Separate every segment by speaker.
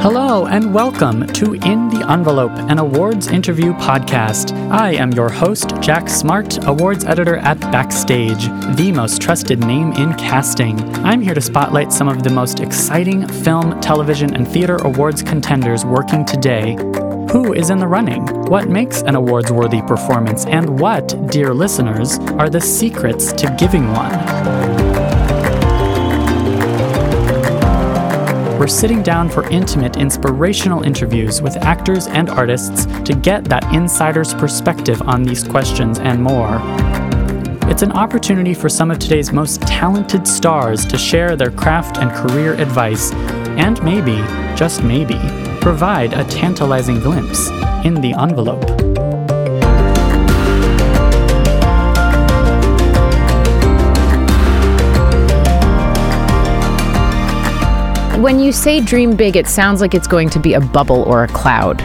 Speaker 1: Hello, and welcome to In the Envelope, an awards interview podcast. I am your host, Jack Smart, awards editor at Backstage, the most trusted name in casting. I'm here to spotlight some of the most exciting film, television, and theater awards contenders working today. Who is in the running? What makes an awards worthy performance? And what, dear listeners, are the secrets to giving one? We're sitting down for intimate, inspirational interviews with actors and artists to get that insider's perspective on these questions and more. It's an opportunity for some of today's most talented stars to share their craft and career advice, and maybe, just maybe, provide a tantalizing glimpse in the envelope.
Speaker 2: When you say dream big, it sounds like it's going to be a bubble or a cloud,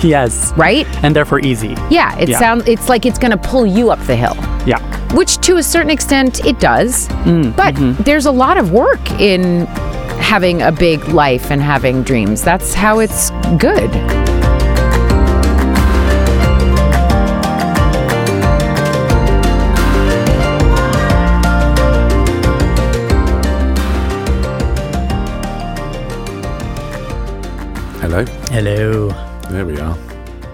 Speaker 1: Yes.
Speaker 2: right?
Speaker 1: And therefore easy.
Speaker 2: Yeah, it
Speaker 1: Yeah.
Speaker 2: sounds it's like it's going to pull you up the hill,
Speaker 1: Yeah.
Speaker 2: which to a certain extent it does.
Speaker 1: Mm,
Speaker 2: but
Speaker 1: mm-hmm.
Speaker 2: there's a lot of work in having a big life and having dreams. That's how it's good.
Speaker 3: Hello.
Speaker 1: Hello.
Speaker 3: There we are.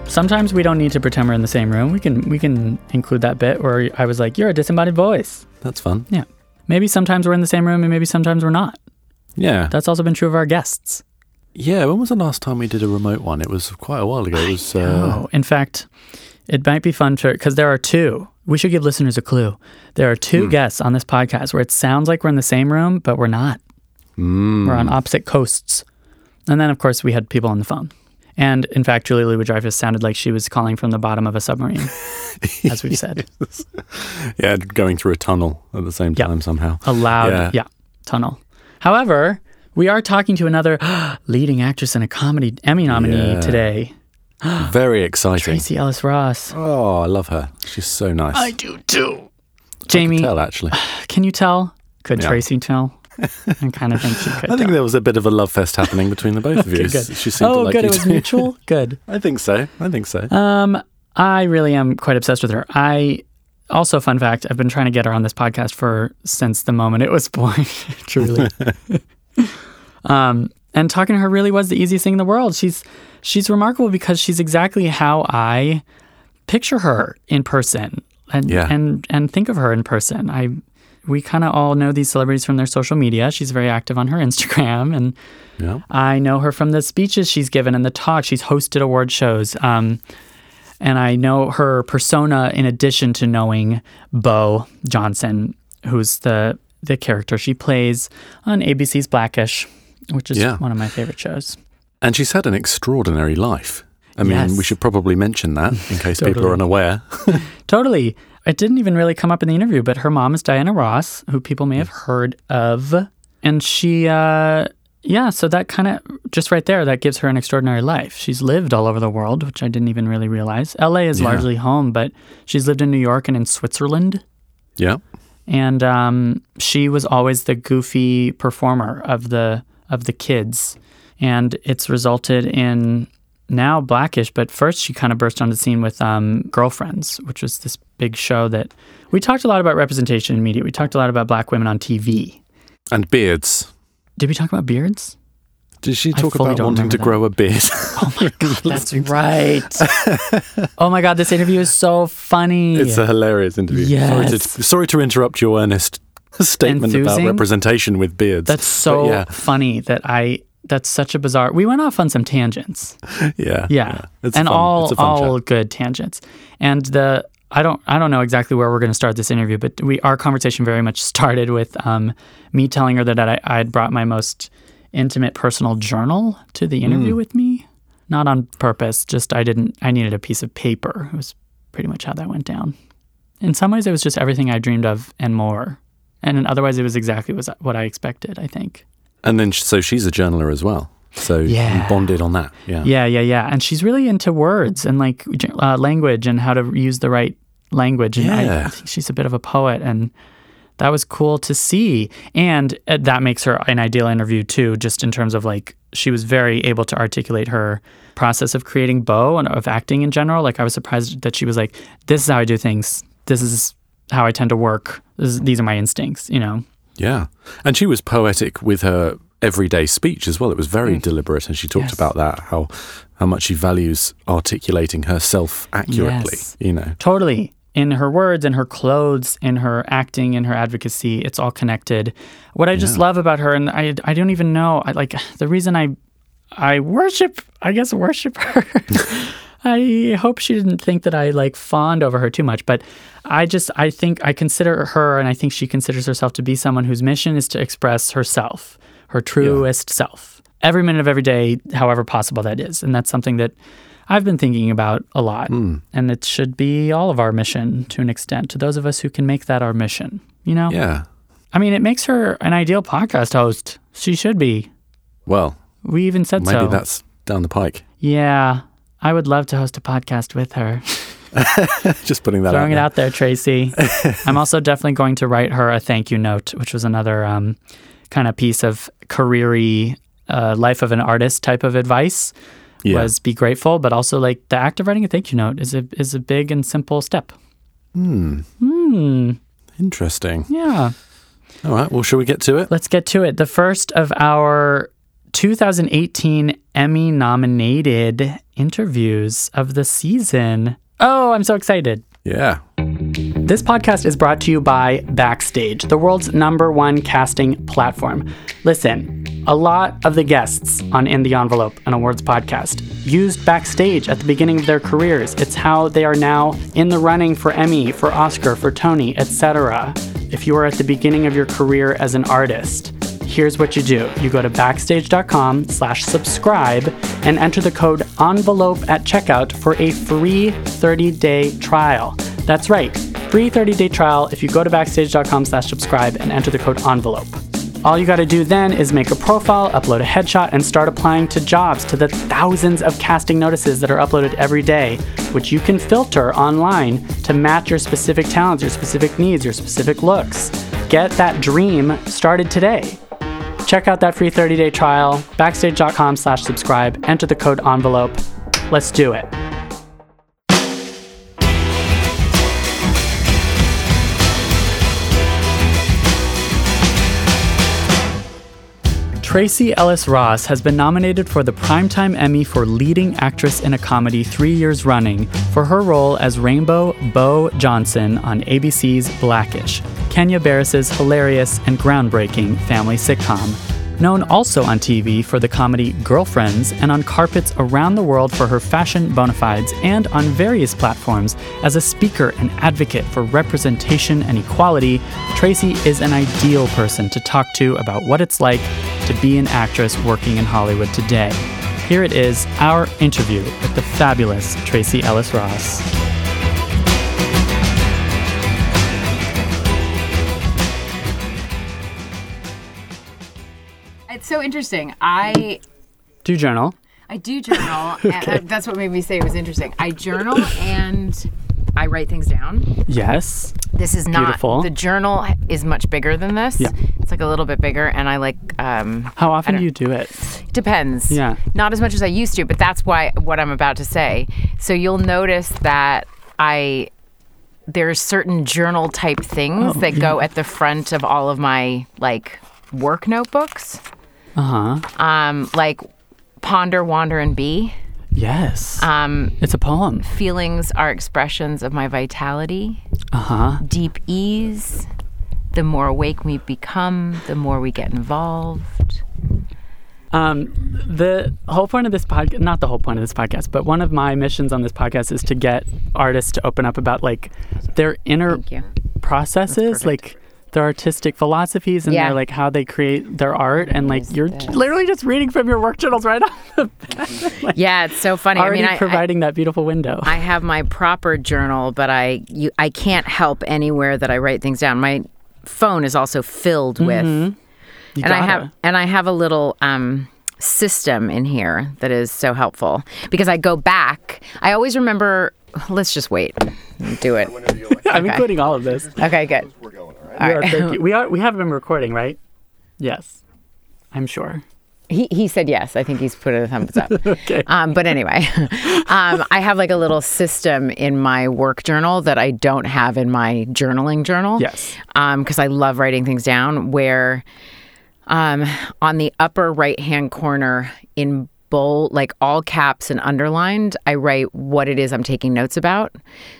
Speaker 1: Sometimes we don't need to pretend we're in the same room. We can we can include that bit where I was like, "You're a disembodied voice."
Speaker 3: That's fun.
Speaker 1: Yeah. Maybe sometimes we're in the same room and maybe sometimes we're not.
Speaker 3: Yeah.
Speaker 1: That's also been true of our guests.
Speaker 3: yeah. When was the last time we did a remote one? It was quite a while ago. It was. Uh,
Speaker 1: Oh, in fact, it might be fun to because there are two. We should give listeners a clue. There are two guests on this podcast where it sounds like we're in the same room, but we're not.
Speaker 3: mm,
Speaker 1: We're on opposite coasts. And then, of course, we had people on the phone. And in fact, Julie Louis Dreyfus sounded like she was calling from the bottom of a submarine, as we've said.
Speaker 3: yeah, going through a tunnel at the same
Speaker 1: Yeah.
Speaker 3: time somehow.
Speaker 1: a loud yeah.
Speaker 3: Yeah.
Speaker 1: tunnel. However, we are talking to another leading actress and a comedy Emmy nominee
Speaker 3: Yeah.
Speaker 1: today, Ah,
Speaker 3: Very exciting.
Speaker 1: Tracy Ellis Ross.
Speaker 3: Oh, I love her. She's so nice. I
Speaker 1: do too. Jamie,
Speaker 3: tell actually.
Speaker 1: can you tell? Could
Speaker 3: Yeah.
Speaker 1: Tracy tell? I kind of think she could.
Speaker 3: I think
Speaker 1: tell.
Speaker 3: there was a bit of a love fest happening between the both of you.
Speaker 1: good.
Speaker 3: She seemed to
Speaker 1: Oh,
Speaker 3: like
Speaker 1: good.
Speaker 3: you
Speaker 1: It was
Speaker 3: too.
Speaker 1: mutual. Good.
Speaker 3: I think so. I think so.
Speaker 1: Um, I really am quite obsessed with her. I also, fun fact, I've been trying to get her on this podcast for since the moment it was born. truly. um, and talking to her really was the easiest thing in the world. She's she's remarkable because she's exactly how I picture her in person and
Speaker 3: Yeah.
Speaker 1: and and think of her in person. I we kind of all know these celebrities from their social media. She's very active on her Instagram and
Speaker 3: yeah.
Speaker 1: I know her from the speeches she's given and the talk. She's hosted award shows. Um, and I know her persona in addition to knowing Bo Johnson, who's the the character she plays on ABC's Blackish, which is
Speaker 3: Yeah.
Speaker 1: one of my favorite shows.
Speaker 3: And she's had an extraordinary life. I mean,
Speaker 1: Yes.
Speaker 3: we should probably mention that in case people
Speaker 1: Totally.
Speaker 3: are unaware.
Speaker 1: Totally. It didn't even really come up in the interview, but her mom is Diana Ross, who people may have heard of. And she, uh, yeah, so that kind of just right there, that gives her an extraordinary life. She's lived all over the world, which I didn't even really realize. LA is
Speaker 3: Yeah.
Speaker 1: largely home, but she's lived in New York and in Switzerland.
Speaker 3: yeah.
Speaker 1: And um, she was always the goofy performer of the of the kids, and it's resulted in now Blackish. But first, she kind of burst onto the scene with um, Girlfriends, which was this big show that we talked a lot about representation in media. We talked a lot about black women on TV.
Speaker 3: And beards.
Speaker 1: Did we talk about beards?
Speaker 3: Did she talk
Speaker 1: fully
Speaker 3: about
Speaker 1: don't
Speaker 3: wanting
Speaker 1: remember
Speaker 3: to
Speaker 1: that. Oh
Speaker 3: grow a beard?
Speaker 1: That's right. oh my god, this interview is so funny.
Speaker 3: It's a hilarious interview. Sorry, to,
Speaker 1: Yes.
Speaker 3: sorry to interrupt your earnest statement
Speaker 1: Enthusing?
Speaker 3: about representation with beards.
Speaker 1: that's so
Speaker 3: But yeah,
Speaker 1: funny that I. That's such a bizarre. We went off on some tangents.
Speaker 3: yeah,
Speaker 1: Yeah,
Speaker 3: It's
Speaker 1: and
Speaker 3: fun.
Speaker 1: all
Speaker 3: it's a fun
Speaker 1: all
Speaker 3: chat.
Speaker 1: good tangents. And the I don't I don't know exactly where we're going to start this interview, but we our conversation very much started with um, me telling her that I I had brought my most intimate personal journal to the
Speaker 3: Mm.
Speaker 1: interview with me, not on purpose. Just I didn't I needed a piece of paper. It was pretty much how that went down. In some ways, it was just everything I dreamed of and more. And in otherwise, it was exactly was- what I expected. I think.
Speaker 3: And then sh- so she's a journaler as well. So
Speaker 1: Yeah.
Speaker 3: you bonded on that. Yeah.
Speaker 1: Yeah, yeah, yeah. And she's really into words and like gen- uh, language and how to use the right language. And I,
Speaker 3: Yeah.
Speaker 1: I think she's a bit of a poet, and that was cool to see. And uh, that makes her an ideal interview too, just in terms of like she was very able to articulate her process of creating Bo and of acting in general. Like I was surprised that she was like, "This is how I do things. This is how I tend to work. This is, these are my instincts." You know.
Speaker 3: Yeah. And she was poetic with her everyday speech as well. It was very deliberate. And she talked
Speaker 1: Yes.
Speaker 3: about that, how, how much she values articulating herself accurately,
Speaker 1: Yes.
Speaker 3: you know.
Speaker 1: Totally. In her words, in her clothes, in her acting, in her advocacy, it's all connected. What I just love about her, and I, I don't even know, I, like the reason I, I worship, I guess worship her. I hope she didn't think that I like fawned over her too much, but I just, I think I consider her, and I think she considers herself to be someone whose mission is to express herself, her truest self, every minute of every day, however possible that is, and that's something that I've been thinking about a lot, and it should be all of our mission to an extent, to those of us who can make that our mission. You know?
Speaker 3: Yeah.
Speaker 1: I mean, it makes her an ideal podcast host. She should be.
Speaker 3: Well,
Speaker 1: We even said
Speaker 3: maybe
Speaker 1: so.
Speaker 3: that's down the pike.
Speaker 1: yeah. I would love to host a podcast with her.
Speaker 3: Just putting that out.
Speaker 1: Throwing it
Speaker 3: there.
Speaker 1: out there, Tracy. I'm also definitely going to write her a thank you note, which was another um, kind of piece of careery, uh, life of an artist type of advice.
Speaker 3: Yeah.
Speaker 1: Was be grateful, but also like the act of writing a thank you note is a is a big and simple step.
Speaker 3: Interesting.
Speaker 1: Yeah.
Speaker 3: All right. Well, shall we get to it?
Speaker 1: Let's get to it. The first of our 2018 Emmy nominated interviews of the season. Oh, I'm so excited.
Speaker 3: Yeah.
Speaker 1: This podcast is brought to you by Backstage, the world's number one casting platform. Listen, a lot of the guests on In the Envelope, an awards podcast, used Backstage at the beginning of their careers. It's how they are now in the running for Emmy, for Oscar, for Tony, etc. If you are at the beginning of your career as an artist, here's what you do you go to backstage.com slash subscribe and enter the code envelope at checkout for a free 30-day trial that's right free 30-day trial if you go to backstage.com slash subscribe and enter the code envelope all you gotta do then is make a profile, upload a headshot, and start applying to jobs to the thousands of casting notices that are uploaded every day, which you can filter online to match your specific talents, your specific needs, your specific looks. Get that dream started today. Check out that free 30-day trial, backstage.com slash subscribe, enter the code envelope. Let's do it. Tracy Ellis Ross has been nominated for the Primetime Emmy for Leading Actress in a Comedy three years running for her role as Rainbow Bo Johnson on ABC's Blackish, Kenya Barris's hilarious and groundbreaking family sitcom. Known also on TV for the comedy Girlfriends and on carpets around the world for her fashion bona fides and on various platforms as a speaker and advocate for representation and equality, Tracy is an ideal person to talk to about what it's like to be an actress working in Hollywood today. Here it is, our interview with the fabulous Tracy Ellis Ross.
Speaker 2: It's so interesting. I
Speaker 1: Do you journal?
Speaker 2: I do journal. and uh, that's what made me say it was interesting. I journal and I write things down.
Speaker 1: Yes.
Speaker 2: This is not
Speaker 1: Beautiful.
Speaker 2: the journal is much bigger than this.
Speaker 1: Yeah.
Speaker 2: It's like a little bit bigger, and I like um,
Speaker 1: How often do you do it?
Speaker 2: depends.
Speaker 1: Yeah.
Speaker 2: Not as much as I used to, but that's why what I'm about to say. So you'll notice that I there's certain journal type
Speaker 1: Oh,
Speaker 2: things that go at the front of all of my like work notebooks.
Speaker 1: Uh huh.
Speaker 2: Um, like ponder, wander, and be.
Speaker 1: Yes.
Speaker 2: Um,
Speaker 1: it's a poem.
Speaker 2: feelings are expressions of my vitality.
Speaker 1: Uh huh.
Speaker 2: Deep ease. The more awake we become, the more we get involved.
Speaker 1: Um, the whole point of this podcast, not the whole point of this podcast, but one of my missions on this podcast is to get artists to open up about like their inner
Speaker 2: Thank you.
Speaker 1: processes, like their artistic philosophies and
Speaker 2: Yeah.
Speaker 1: their like how they create their art. And like
Speaker 2: There's
Speaker 1: you're
Speaker 2: this.
Speaker 1: literally just reading from your work journals right off the
Speaker 2: Yeah, it's so funny.
Speaker 1: already
Speaker 2: I mean, I- I,
Speaker 1: providing that beautiful window.
Speaker 2: I have my proper journal, but I you I can't help anywhere that I write things down. My phone is also filled with and I have
Speaker 1: gotta.
Speaker 2: and I have a little um system in here that is so helpful because I go back. I always remember let's just wait. Do it.
Speaker 1: I'm
Speaker 2: Okay.
Speaker 1: including all of this.
Speaker 2: Okay, good.
Speaker 1: We are, thank you. we are we have been recording, right? Yes, I'm sure.
Speaker 2: He, he said yes. I think he's put a thumbs up.
Speaker 1: Okay.
Speaker 2: Um, but anyway, um, I have like a little system in my work journal that I don't have in my journaling journal.
Speaker 1: Yes.
Speaker 2: Because I love writing things down. Where um, on the upper right hand corner in bold, like all caps and underlined, I write what it is I'm taking notes about.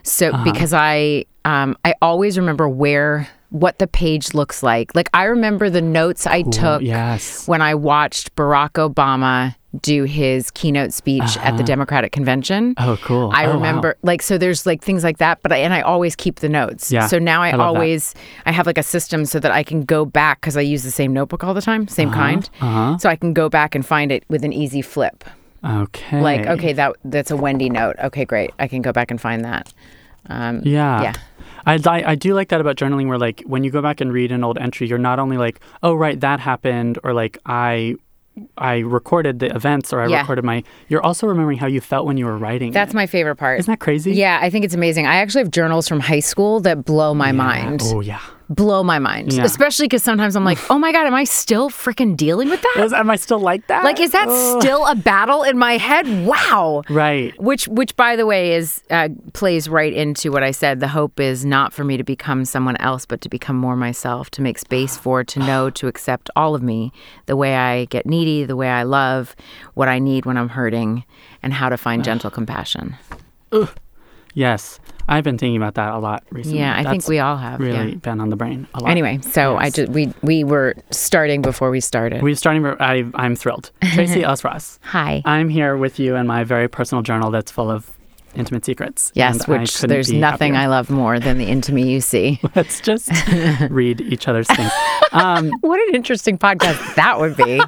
Speaker 2: So
Speaker 1: Uh-huh.
Speaker 2: because I um, I always remember where what the page looks like. Like I remember the notes I took
Speaker 1: yes.
Speaker 2: when I watched Barack Obama do his keynote speech at the Democratic convention.
Speaker 1: Uh-huh. Oh, cool.
Speaker 2: I
Speaker 1: Oh, wow.
Speaker 2: remember like so there's like things like that, but I, and I always keep the notes.
Speaker 1: Yeah,
Speaker 2: So now I,
Speaker 1: I love that.
Speaker 2: always I have like a system so that I can go back cuz I use the same notebook all the time, same kind.
Speaker 1: uh-huh.
Speaker 2: So I can go back and find it with an easy flip.
Speaker 1: Okay.
Speaker 2: Like okay, that that's a Wendy note. Okay, great. I can go back and find that. Um,
Speaker 1: Yeah.
Speaker 2: Yeah.
Speaker 1: I, I, I do like that about journaling where like when you go back and read an old entry, you're not only like, oh right, that happened or like I I recorded the events or I
Speaker 2: Yeah.
Speaker 1: recorded my you're also remembering how you felt when you were writing.
Speaker 2: That's
Speaker 1: it.
Speaker 2: my favorite part.
Speaker 1: Isn't that crazy?
Speaker 2: Yeah, I think it's amazing. I actually have journals from high school that blow my mind.
Speaker 1: Oh yeah.
Speaker 2: blow my mind.
Speaker 1: Yeah.
Speaker 2: Especially because sometimes I'm like, oh my God, am I still freaking dealing with that?
Speaker 1: Is, am I still like that? Oh.
Speaker 2: Like, is that still a battle in my head? Wow.
Speaker 1: Right.
Speaker 2: Which, which, by the way, is uh, plays right into what I said. The hope is not for me to become someone else, but to become more myself. To make space for, to know, to accept all of me, the way I get needy, the way I love, what I need when I'm hurting, and how to find gentle compassion.
Speaker 1: Yes. I've been thinking about that a lot recently.
Speaker 2: Yeah, I think
Speaker 1: That's
Speaker 2: we all have.
Speaker 1: really
Speaker 2: yeah.
Speaker 1: been on the brain a lot.
Speaker 2: Anyway, so I just we we were starting before we started.
Speaker 1: We're starting. I, I'm thrilled. Tracy Elsross.
Speaker 2: Hi.
Speaker 1: I'm here with you in my very personal journal that's full of intimate secrets.
Speaker 2: Yes,
Speaker 1: and I
Speaker 2: which
Speaker 1: couldn't
Speaker 2: there's
Speaker 1: be
Speaker 2: nothing
Speaker 1: happier.
Speaker 2: I love more than the intimate you see.
Speaker 1: Let's just read each other's things. Um,
Speaker 2: what an interesting podcast that would be.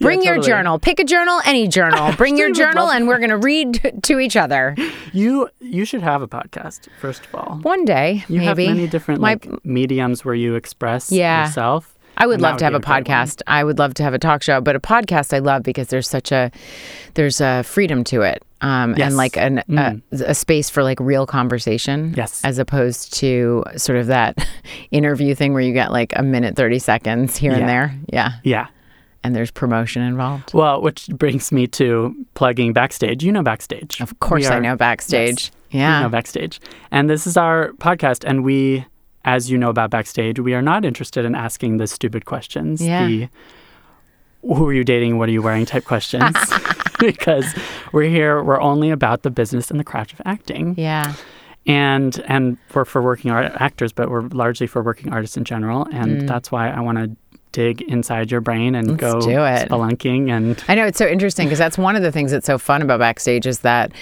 Speaker 2: Bring your
Speaker 1: totally.
Speaker 2: journal. Pick a journal, any journal. Bring your journal, and we're going to read t- to each other
Speaker 1: you you should have a podcast first of all.
Speaker 2: one day,
Speaker 1: You have
Speaker 2: maybe.
Speaker 1: many different
Speaker 2: My-
Speaker 1: like mediums where you express
Speaker 2: Yeah.
Speaker 1: yourself.
Speaker 2: I would
Speaker 1: and
Speaker 2: love
Speaker 1: that
Speaker 2: to have
Speaker 1: be
Speaker 2: a
Speaker 1: great one.
Speaker 2: podcast. I would love to have a talk show, but a podcast I love because there's such a there's a freedom to it, um,
Speaker 1: Yes. Mm.
Speaker 2: and like an a, a space for like real conversation,
Speaker 1: Yes.
Speaker 2: as opposed to sort of that interview thing where you get like a minute thirty seconds here
Speaker 1: Yeah.
Speaker 2: and there. Yeah,
Speaker 1: Yeah.
Speaker 2: and there's promotion involved.
Speaker 1: Well, which brings me to plugging backstage. You know backstage.
Speaker 2: Of course,
Speaker 1: We
Speaker 2: I
Speaker 1: are-
Speaker 2: know backstage.
Speaker 1: you know
Speaker 2: Yeah.
Speaker 1: backstage and this is our podcast and we as you know about backstage we are not interested in asking the stupid questions
Speaker 2: Yeah.
Speaker 1: the who are you dating what are you wearing type questions because we're here we're only about the business and the craft of acting
Speaker 2: Yeah.
Speaker 1: and and we're for working art- actors but we're largely for working artists in general and
Speaker 2: Mm.
Speaker 1: that's why i want to dig inside your brain and go
Speaker 2: do it.
Speaker 1: spelunking and
Speaker 2: I know it's so interesting because that's one of the things that's so fun about backstage is that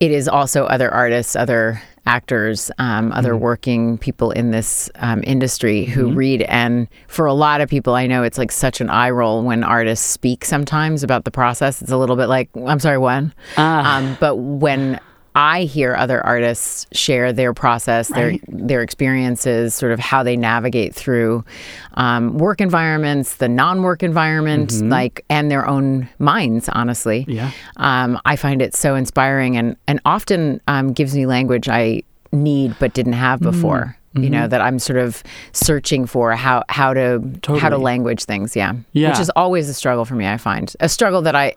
Speaker 2: it is also other artists, other actors, um, other
Speaker 1: Mm-hmm.
Speaker 2: working people in this um, industry who read. And for a lot of people, I know it's like such an eye roll when artists speak sometimes about the process. It's a little bit like, I'm sorry, when? Um, but when I hear other artists share their process, their their experiences, sort of how they navigate through um, work environments, the non-work environment, like and their own minds. Honestly,
Speaker 1: Yeah.
Speaker 2: um, I find it so inspiring and and often um, gives me language I need but didn't have
Speaker 1: Mm-hmm.
Speaker 2: before. You know that I'm sort of searching for how how to how to
Speaker 1: Totally.
Speaker 2: language things. Yeah,
Speaker 1: Yeah.
Speaker 2: which is always a struggle for me. I find a struggle that I.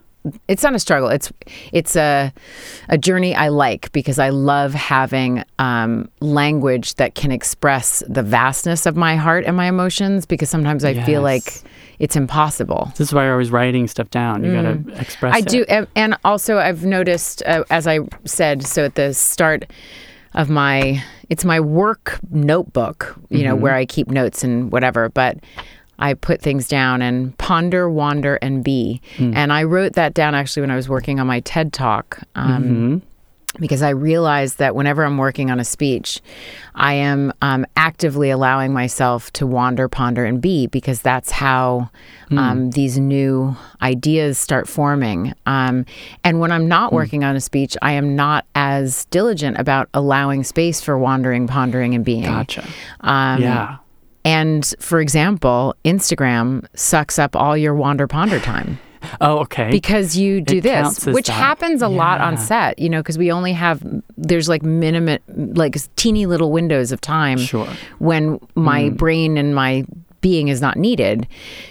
Speaker 2: It's not a struggle. It's it's a a journey I like because I love having um, language that can express the vastness of my heart and my emotions. Because sometimes I feel like
Speaker 1: Yes.
Speaker 2: it's impossible.
Speaker 1: this is why you're always writing stuff down you gotta express
Speaker 2: Mm. I
Speaker 1: it.
Speaker 2: do, and- and also I've noticed, uh, as I said, so at the start of my, it's my work notebook, you know,
Speaker 1: Mm-hmm.
Speaker 2: where I keep notes and whatever, but I put things down and ponder, wander, and be.
Speaker 1: Hmm.
Speaker 2: And I wrote that down actually when I was working on my TED talk. Um,
Speaker 1: Mm-hmm.
Speaker 2: because I realize that whenever I'm working on a speech, I am um, actively allowing myself to wander, ponder, and be because that's how
Speaker 1: Hmm.
Speaker 2: um, these new ideas start forming. Um, and when I'm
Speaker 1: Hmm.
Speaker 2: not working on a speech, I am not as diligent about allowing space for wandering, pondering, and being.
Speaker 1: gotcha
Speaker 2: Um,
Speaker 1: yeah
Speaker 2: And for example, Instagram sucks up all your wander, ponder time
Speaker 1: oh okay
Speaker 2: because you do
Speaker 1: It
Speaker 2: this,
Speaker 1: counts as
Speaker 2: which
Speaker 1: that.
Speaker 2: happens a lot on
Speaker 1: Yeah.
Speaker 2: set, you know, because we only have there's like minimum, like teeny little windows of time
Speaker 1: Sure.
Speaker 2: when my brain and my being is not needed.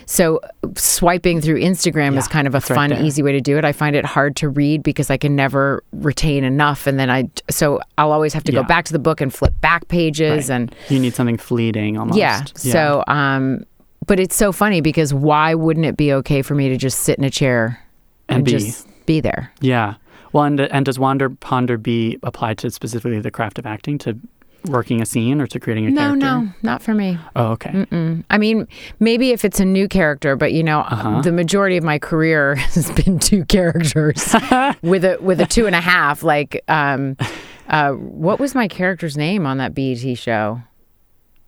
Speaker 2: So swiping through Instagram is
Speaker 1: Yeah,
Speaker 2: kind of a
Speaker 1: it's right
Speaker 2: fun,
Speaker 1: there.
Speaker 2: easy way to do it. I find it hard to read because I can never retain enough, and then I so I'll always have to
Speaker 1: Yeah.
Speaker 2: go back to the book and flip back pages and
Speaker 1: you need something fleeting almost.
Speaker 2: yeah. So, um, but it's so funny because why wouldn't it be okay for me to just sit in a chair
Speaker 1: And be.
Speaker 2: just be there?
Speaker 1: yeah. Well, and and does wander ponder be apply to specifically the craft of acting to working a scene or to creating a
Speaker 2: No,
Speaker 1: character?
Speaker 2: no, not for me.
Speaker 1: Oh, okay.
Speaker 2: Mm. I mean, maybe if it's a new character, but you know,
Speaker 1: Uh-huh.
Speaker 2: the majority of my career has been two characters with a with a two and a half. Like, um, uh, what was my character's name on that BET show?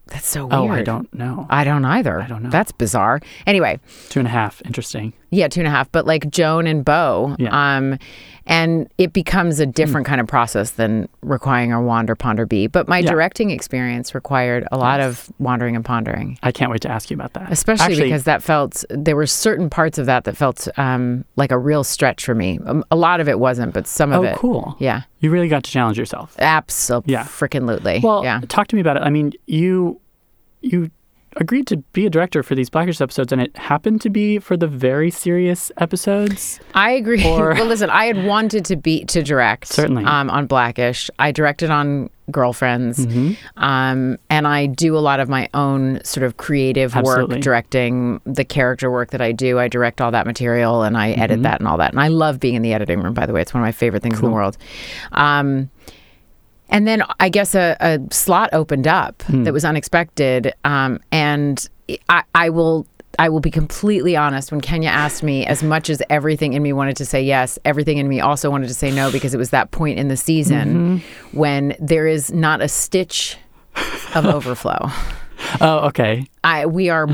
Speaker 2: That's so weird.
Speaker 1: Oh, I don't know.
Speaker 2: I don't either. I
Speaker 1: don't know.
Speaker 2: That's bizarre. Anyway,
Speaker 1: Two and a half. Interesting.
Speaker 2: Yeah, two and a half. But like Joan and Bo,
Speaker 1: Yeah. Hmm.
Speaker 2: um, and it becomes a different kind of process than requiring a wander, ponder, be. But my
Speaker 1: Yeah.
Speaker 2: directing experience required a lot of wandering and pondering,
Speaker 1: I can't wait to ask you about that.
Speaker 2: especially
Speaker 1: Actually,
Speaker 2: because that felt there were certain parts of that that felt um, like a real stretch for me. Um, a lot of it wasn't, but some of
Speaker 1: Oh,
Speaker 2: it.
Speaker 1: cool.
Speaker 2: Yeah,
Speaker 1: you really got to challenge yourself.
Speaker 2: absolutely.
Speaker 1: Yeah.
Speaker 2: freaking lutely.
Speaker 1: Well,
Speaker 2: yeah.
Speaker 1: talk to me about it. I mean, you you agreed to be a director for these Blackish episodes, and it happened to be for the very serious episodes.
Speaker 2: I agree.
Speaker 1: Or-
Speaker 2: well, listen, I had wanted to be to direct
Speaker 1: Certainly.
Speaker 2: um, on Blackish. I directed on Girlfriends,
Speaker 1: Mm-hmm.
Speaker 2: um, and I do a lot of my own sort of creative
Speaker 1: Absolutely.
Speaker 2: work, directing the character work that I do. I direct all that material and I edit that and all that. And I love being in the editing room. By the way, it's one of my favorite things in the world. Um, and then I guess a, a slot opened up that was unexpected. Um, and I, I will I will be completely honest. When Kenya asked me, as much as everything in me wanted to say yes, everything in me also wanted to say no because it was that point in the
Speaker 1: Mm-hmm.
Speaker 2: season when there is not a stitch of overflow.
Speaker 1: Oh, okay.
Speaker 2: I we are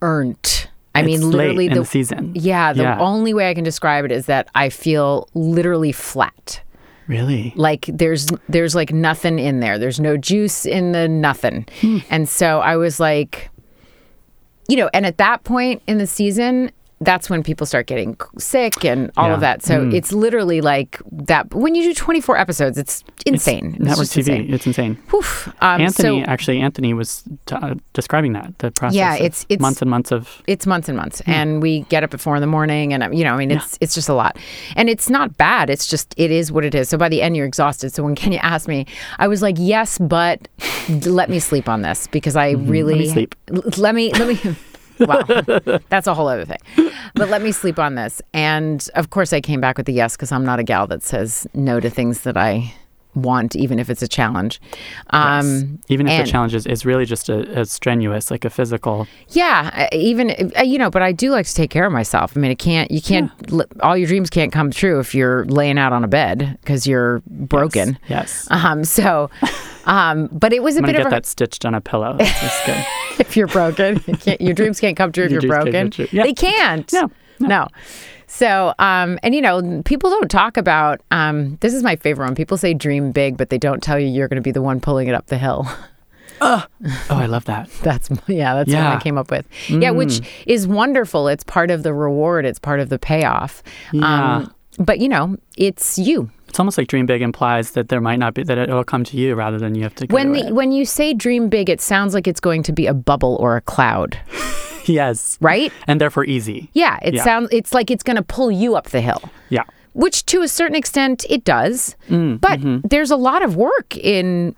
Speaker 2: burnt. I
Speaker 1: It's
Speaker 2: mean, literally
Speaker 1: late in
Speaker 2: the
Speaker 1: the season.
Speaker 2: yeah. The
Speaker 1: Yeah.
Speaker 2: only way I can describe it is that I feel literally flat
Speaker 1: Really?
Speaker 2: like there's there's like nothing in there there's no juice in the nothing
Speaker 1: Hmm.
Speaker 2: and so i was like you know and at that point in the season that's when people start getting c- sick and all of
Speaker 1: Yeah. Hmm.
Speaker 2: that so it's literally like that when you do 24 episodes it's insane It's
Speaker 1: Network
Speaker 2: just
Speaker 1: TV.
Speaker 2: insane.
Speaker 1: It's insane.
Speaker 2: Oof. Um,
Speaker 1: Anthony,
Speaker 2: so
Speaker 1: actually, Anthony was t- uh, describing that the process.
Speaker 2: Yeah,
Speaker 1: of
Speaker 2: it's- it's-
Speaker 1: months and months of.
Speaker 2: it's months and months
Speaker 1: Hmm.
Speaker 2: and we get up at four in the morning and um, you know i mean it's it's just a lot and it's not bad it's just it is what it is so by the end you're exhausted so when kenya asked me i was like yes but let me sleep on this because i really
Speaker 1: Mm-hmm. sleep.
Speaker 2: L- let me let me wow that's a whole other thing but let me sleep on this and of course i came back with a yes because i'm not a gal that says no to things that i want even if it's a challenge um
Speaker 1: even if
Speaker 2: and-
Speaker 1: the challenge is, is really just a, a strenuous, like a physical.
Speaker 2: Yeah, uh, even uh, you know, but I do like to take care of myself. I mean, it can't you can't li- all your dreams can't come true if you're laying out on a bed because you're broken.
Speaker 1: Yes.
Speaker 2: Um, so, um, but it was a
Speaker 1: I'm
Speaker 2: bit
Speaker 1: gonna
Speaker 2: of
Speaker 1: get
Speaker 2: a
Speaker 1: that stitched on a pillow. That's that's good.
Speaker 2: if you're broken, you can't, your dreams can't come true if
Speaker 1: Your
Speaker 2: you're
Speaker 1: dreams can't come true.
Speaker 2: broken.
Speaker 1: Yeah.
Speaker 2: They can't.
Speaker 1: No,
Speaker 2: no. So, um, and you know, people don't talk about um, this is my favorite one. People say dream big, but they don't tell you you're going to be the one pulling it up the hill.
Speaker 1: Oh, I love that. Mm.
Speaker 2: That's yeah, that's what
Speaker 1: Yeah.
Speaker 2: I came up with. Yeah, which is wonderful. It's part of the reward. It's part of the payoff. Um,
Speaker 1: Yeah.
Speaker 2: but you know, it's you.
Speaker 1: It's almost like dream big implies that there might not be that it'll come to you rather than you have to. Go
Speaker 2: When
Speaker 1: to
Speaker 2: the when you say dream big, it sounds like it's going to be a bubble or a cloud,
Speaker 1: it. yes,
Speaker 2: right?
Speaker 1: and therefore easy.
Speaker 2: Yeah, it
Speaker 1: Yeah.
Speaker 2: sounds it's like it's going to pull you up the hill.
Speaker 1: Yeah. Mm,
Speaker 2: Which to a certain extent it does. but
Speaker 1: mm-hmm.
Speaker 2: there's a lot of work in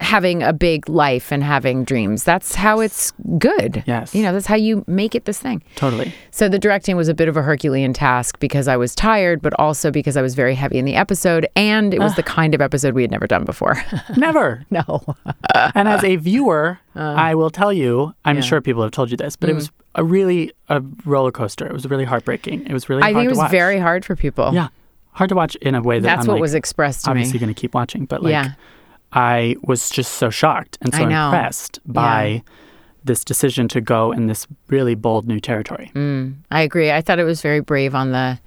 Speaker 2: having a big life and having dreams. That's how it's good.
Speaker 1: Yes.
Speaker 2: You know, that's how you make it this thing.
Speaker 1: Totally.
Speaker 2: So the directing was a bit of a Herculean task because I was tired, but also because I was very heavy in the episode, and it was the kind of episode we had never done before.
Speaker 1: Never.
Speaker 2: no.
Speaker 1: and as a viewer,
Speaker 2: Uh-huh.
Speaker 1: I will tell you, I'm sure people have told you this,
Speaker 2: Mm.
Speaker 1: but it was a really a roller coaster. It was really heartbreaking. It was really
Speaker 2: I
Speaker 1: hard
Speaker 2: think it was
Speaker 1: to watch.
Speaker 2: very hard for people.
Speaker 1: yeah, hard to watch in a way that
Speaker 2: That's
Speaker 1: I'm
Speaker 2: what
Speaker 1: like,
Speaker 2: was expressed to me.
Speaker 1: obviously going to keep watching, but like
Speaker 2: Yeah.
Speaker 1: I was just so shocked and so
Speaker 2: I know.
Speaker 1: impressed by this decision to go in this really bold new territory.
Speaker 2: Mm. I agree. I thought it was very brave on the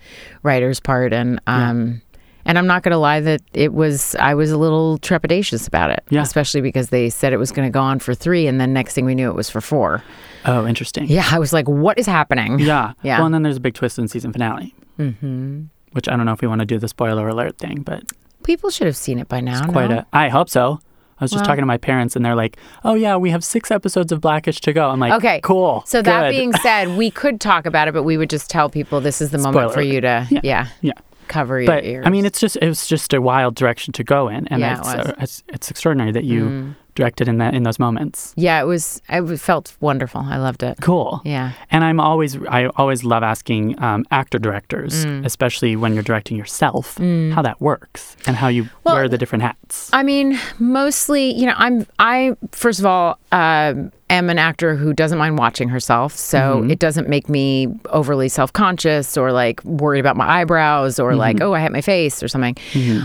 Speaker 2: writer's part and um and I'm not going to lie that it was I was a little trepidatious about it,
Speaker 1: Yeah.
Speaker 2: especially because they said it was going to go on for 3 and then next thing we knew it was for 4.
Speaker 1: Oh, interesting.
Speaker 2: Yeah, I was like what is happening?
Speaker 1: Yeah.
Speaker 2: Yeah.
Speaker 1: Well, and then there's a big twist in season finale. Mm-hmm. Which I don't know if we want to do the spoiler alert thing, but
Speaker 2: People should have seen it by now.
Speaker 1: quite
Speaker 2: no?
Speaker 1: a. I hope so. I was just talking to my parents, and they're like, "Oh yeah, we have six episodes of Blackish to go." I'm like,
Speaker 2: Okay.
Speaker 1: cool."
Speaker 2: So
Speaker 1: good."
Speaker 2: that being said, we could talk about it, but we would just tell people this is the moment
Speaker 1: Spoiler
Speaker 2: for you to yeah,
Speaker 1: yeah.
Speaker 2: cover your
Speaker 1: But
Speaker 2: ears.
Speaker 1: I mean, it's just it was just a wild direction to go in, and
Speaker 2: Yeah, it
Speaker 1: it's,
Speaker 2: was. Mm.
Speaker 1: uh, it's it's extraordinary that you directed in that in those moments.
Speaker 2: yeah, it was. I w- felt wonderful. I loved it.
Speaker 1: Cool.
Speaker 2: Yeah.
Speaker 1: And I'm always I always love asking um, actor directors,
Speaker 2: Mm.
Speaker 1: especially when you're directing yourself, how that works and how you
Speaker 2: Well,
Speaker 1: wear the different hats.
Speaker 2: I mean, mostly, you know, I'm I first of all um am an actor who doesn't mind watching herself, so it doesn't make me overly self conscious or like worried about my eyebrows or like oh I hit my face or something.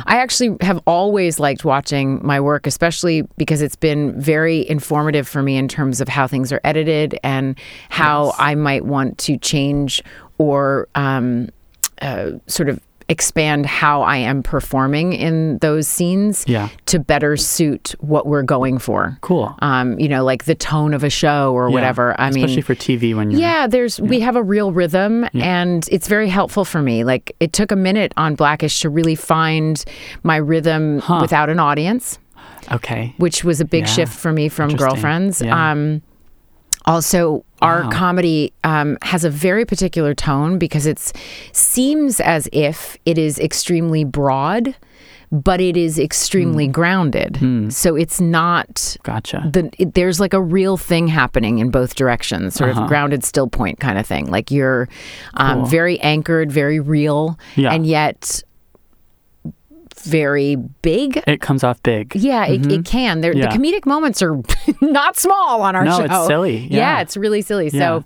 Speaker 2: I actually have always liked watching my work, especially because it's been very informative for me in terms of how things are edited and how I might want to change or um, uh, sort of expand how I am performing in those scenes
Speaker 1: Yeah.
Speaker 2: to better suit what we're going for.
Speaker 1: Cool.
Speaker 2: Um, you know, like the tone of a show or
Speaker 1: Yeah.
Speaker 2: whatever. I mean,
Speaker 1: especially for TV when you're
Speaker 2: yeah, there's we have a real rhythm and it's very helpful for me. Like it took a minute on Blackish to really find my rhythm without an audience,
Speaker 1: okay.
Speaker 2: which was a big
Speaker 1: Yeah.
Speaker 2: shift for me from
Speaker 1: Interesting.
Speaker 2: girlfriends.
Speaker 1: Yeah.
Speaker 2: Um also our
Speaker 1: Wow.
Speaker 2: comedy um, has a very particular tone because it seems as if it is extremely broad but it is extremely
Speaker 1: Hmm.
Speaker 2: grounded so it's not
Speaker 1: Gotcha.
Speaker 2: the it, there's like a real thing happening in both directions, sort
Speaker 1: Uh-huh.
Speaker 2: of grounded still point kind of thing. Like you're um,
Speaker 1: Cool.
Speaker 2: very anchored, very real,
Speaker 1: Yeah.
Speaker 2: and yet very big.
Speaker 1: it comes off big.
Speaker 2: yeah, it, it can. There,
Speaker 1: Mm-hmm. Yeah.
Speaker 2: The comedic moments are not small on our
Speaker 1: No,
Speaker 2: show.
Speaker 1: it's silly. Yeah.
Speaker 2: it's really silly. So,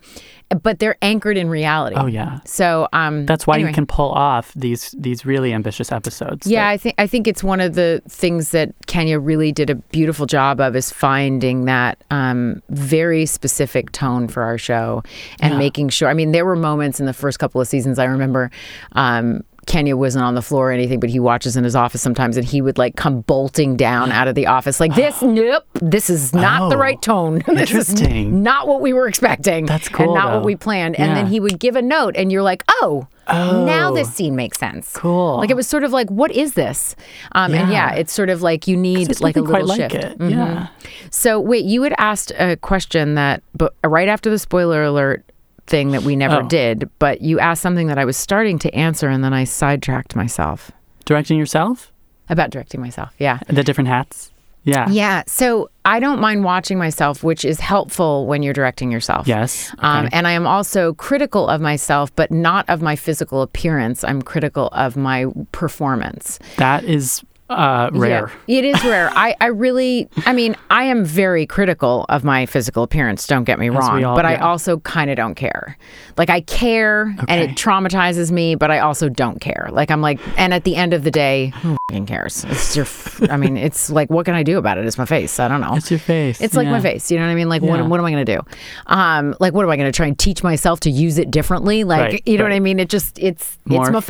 Speaker 2: but they're anchored in reality.
Speaker 1: Oh yeah.
Speaker 2: So um,
Speaker 1: That's why
Speaker 2: anyway.
Speaker 1: you can pull off these these really ambitious episodes.
Speaker 2: Yeah, I think I think it's one of the things that Kenya really did a beautiful job of is finding that um, very specific tone for our show and making sure. I mean, there were moments in the first couple of seasons I remember. Um, Kenya wasn't on the floor or anything, but he watches in his office sometimes, and he would like come bolting down out of the office like this. Nope, this is not the
Speaker 1: Oh,
Speaker 2: right tone. this is
Speaker 1: interesting.
Speaker 2: not what we were expecting.
Speaker 1: That's
Speaker 2: And
Speaker 1: cool,
Speaker 2: not what
Speaker 1: though.
Speaker 2: we planned. And then
Speaker 1: Yeah.
Speaker 2: he would give a note, and you're like, oh, now
Speaker 1: Oh.
Speaker 2: this scene makes sense.
Speaker 1: Cool.
Speaker 2: Like it was was sort of like, what is this? Um, And yeah,
Speaker 1: Yeah.
Speaker 2: it's sort of like you need
Speaker 1: It's
Speaker 2: like a
Speaker 1: nothing quite
Speaker 2: little
Speaker 1: like
Speaker 2: shift. Mm-hmm.
Speaker 1: it. Yeah.
Speaker 2: So wait, you had asked a question that, but right after the spoiler alert thing that we
Speaker 1: Oh.
Speaker 2: never did, but you asked something that I was starting to answer and then I sidetracked myself
Speaker 1: Directing yourself,
Speaker 2: about directing myself. Yeah.
Speaker 1: the different hats. Yeah.
Speaker 2: Yeah. So I don't mind watching myself, which is helpful when you're directing yourself.
Speaker 1: Yes.
Speaker 2: Um,
Speaker 1: Okay.
Speaker 2: and I am also critical of myself, but not of my physical appearance. I'm critical of my performance.
Speaker 1: that is uh, rare.
Speaker 2: Yeah, it is rare. I, I really, I mean, I am very critical of my physical appearance, don't get me wrong,
Speaker 1: we all-
Speaker 2: but I
Speaker 1: yeah.
Speaker 2: also kind of don't care. Like, I care and
Speaker 1: Okay.
Speaker 2: it traumatizes me, but I also don't care. Like, I'm like, and at the end of the day, who f***ing cares? It's your, f- I mean, it's like, what can I do about it? It's my face. I don't know.
Speaker 1: It's your face.
Speaker 2: It's like my
Speaker 1: Yeah.
Speaker 2: face. You know what I mean? Like,
Speaker 1: Yeah.
Speaker 2: what, what am I going to do? Um, like, what am I going to try and teach myself to use it differently? Like,
Speaker 1: Right,
Speaker 2: you know what
Speaker 1: right.
Speaker 2: I mean? It just, it's,
Speaker 1: Morph.
Speaker 2: it's my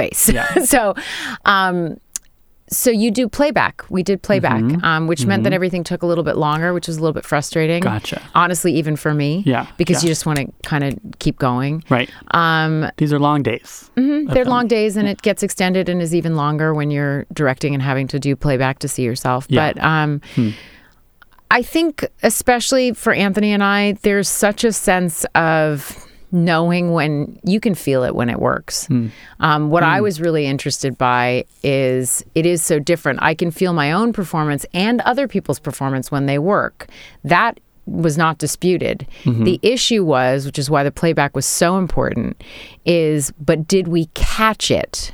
Speaker 2: face. so, um, so you do playback. We did playback,
Speaker 1: Mm-hmm.
Speaker 2: um, which meant that everything took a little bit longer, which was a little bit frustrating.
Speaker 1: Gotcha.
Speaker 2: Honestly, even for me.
Speaker 1: Yeah,
Speaker 2: Because
Speaker 1: yeah.
Speaker 2: you just want to kind of keep going.
Speaker 1: Right.
Speaker 2: Um, mm-hmm.
Speaker 1: These are long days.
Speaker 2: they're long days, and it gets extended and is even longer when you're directing and having to do playback to see yourself.
Speaker 1: Yeah.
Speaker 2: But um, I think, especially for Anthony and I, there's such a sense of knowing when you can feel it when it works. Um, what I was really interested by is it is so different. I can feel my own performance and other people's performance when they work. That was not disputed. The issue was, which is why the playback was so important, is but did we catch it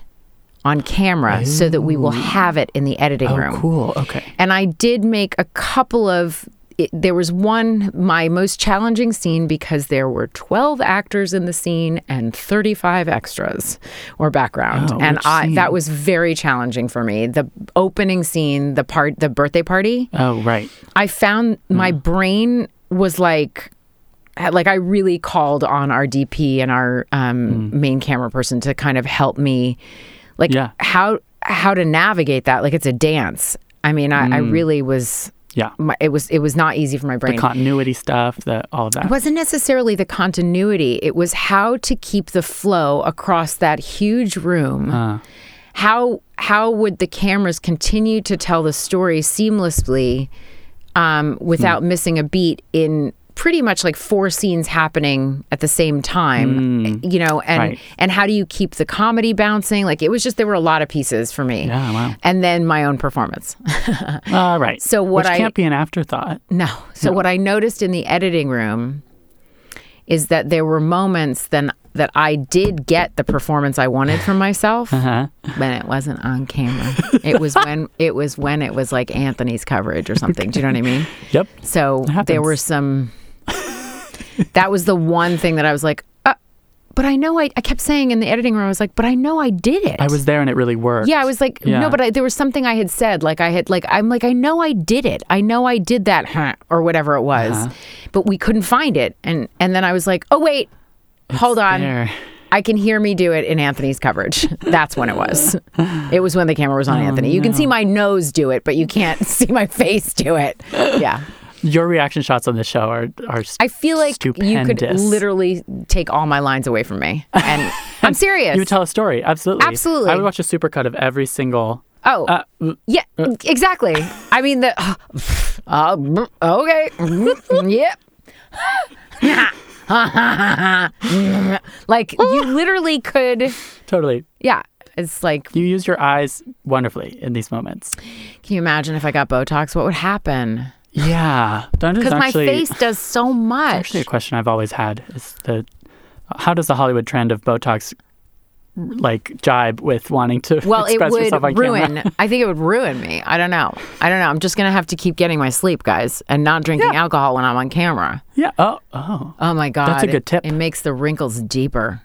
Speaker 2: on camera so that we will have it in the editing room?
Speaker 1: Cool. Okay.
Speaker 2: And I did make a couple of. It, there was one, my most challenging scene, because there were 12 actors in the scene and 35 extras or background.
Speaker 1: Oh,
Speaker 2: and
Speaker 1: which
Speaker 2: I,
Speaker 1: scene?
Speaker 2: that was very challenging for me. The opening scene, the part, the birthday party,
Speaker 1: Oh, right.
Speaker 2: I found my brain was like, uh, like I really called on our DP and our um, main camera person to kind of help me, like
Speaker 1: Yeah.
Speaker 2: how how to navigate that. Like it's a dance. I mean, I, I really was.
Speaker 1: Yeah.
Speaker 2: My, it was it was not easy for my brain.
Speaker 1: Continuity stuff, the, all of that.
Speaker 2: It wasn't necessarily the continuity. It was how to keep the flow across that huge room. How how would the cameras continue to tell the story seamlessly um,
Speaker 1: Hmm.
Speaker 2: without missing a beat in pretty much like four scenes happening at the same time you know and
Speaker 1: Hmm. Right.
Speaker 2: and how do you keep the comedy bouncing like it was just there were a lot of pieces for me
Speaker 1: Yeah, wow.
Speaker 2: and then my own performance
Speaker 1: All right.
Speaker 2: So what
Speaker 1: Which
Speaker 2: I-
Speaker 1: can't be an afterthought.
Speaker 2: No. So what I noticed in the editing room is that there were moments then that I did get the performance I wanted from myself,
Speaker 1: Uh-huh.
Speaker 2: but it wasn't on camera. It was when it was when it was like Anthony's coverage or something. Do you know what I mean?
Speaker 1: Yep.
Speaker 2: So there
Speaker 1: happens.
Speaker 2: were some. that was the one thing that I was like, uh, but I know I, I kept saying in the editing room, I was like, but I know I did it.
Speaker 1: I was there and it really worked.
Speaker 2: Yeah, I was like,
Speaker 1: Yeah.
Speaker 2: no, but I, there was something I had said. Like I had, like I'm like, I know I did it. I know I did that, huh, or whatever it was.
Speaker 1: Uh-huh.
Speaker 2: But we couldn't find it, and and then I was like, oh wait, hold on,
Speaker 1: there.
Speaker 2: I can hear me do it in Anthony's coverage. That's when it was. it was when the camera was on
Speaker 1: Oh,
Speaker 2: Anthony. You can see my nose do it, but you can't see my face do it. Yeah.
Speaker 1: Your reaction shots on the show are are.
Speaker 2: I feel like you could
Speaker 1: Stupendous.
Speaker 2: literally take all my lines away from me. And I'm serious.
Speaker 1: You would tell a story, absolutely.
Speaker 2: Absolutely.
Speaker 1: I would watch a supercut of every single. uh,
Speaker 2: Oh, yeah, exactly. I mean, the uh, mm, okay, mm, yep. like you literally could,
Speaker 1: Totally,
Speaker 2: yeah. It's like,
Speaker 1: you use your eyes wonderfully in these moments.
Speaker 2: can you imagine if I got Botox? What would happen?
Speaker 1: Yeah, because
Speaker 2: Because my
Speaker 1: actually,
Speaker 2: face does so much.
Speaker 1: Actually, a question I've always had is the how does the Hollywood trend of Botox like jibe with wanting to
Speaker 2: Well, it
Speaker 1: express yourself on
Speaker 2: would
Speaker 1: camera?
Speaker 2: ruin. I think it would ruin me. I don't know. I don't know. I'm just gonna have to keep getting my sleep, guys, and not drinking
Speaker 1: Yeah.
Speaker 2: alcohol when I'm on camera.
Speaker 1: Yeah. Oh. Oh.
Speaker 2: Oh my god,
Speaker 1: a
Speaker 2: it-
Speaker 1: good tip.
Speaker 2: It makes the wrinkles deeper.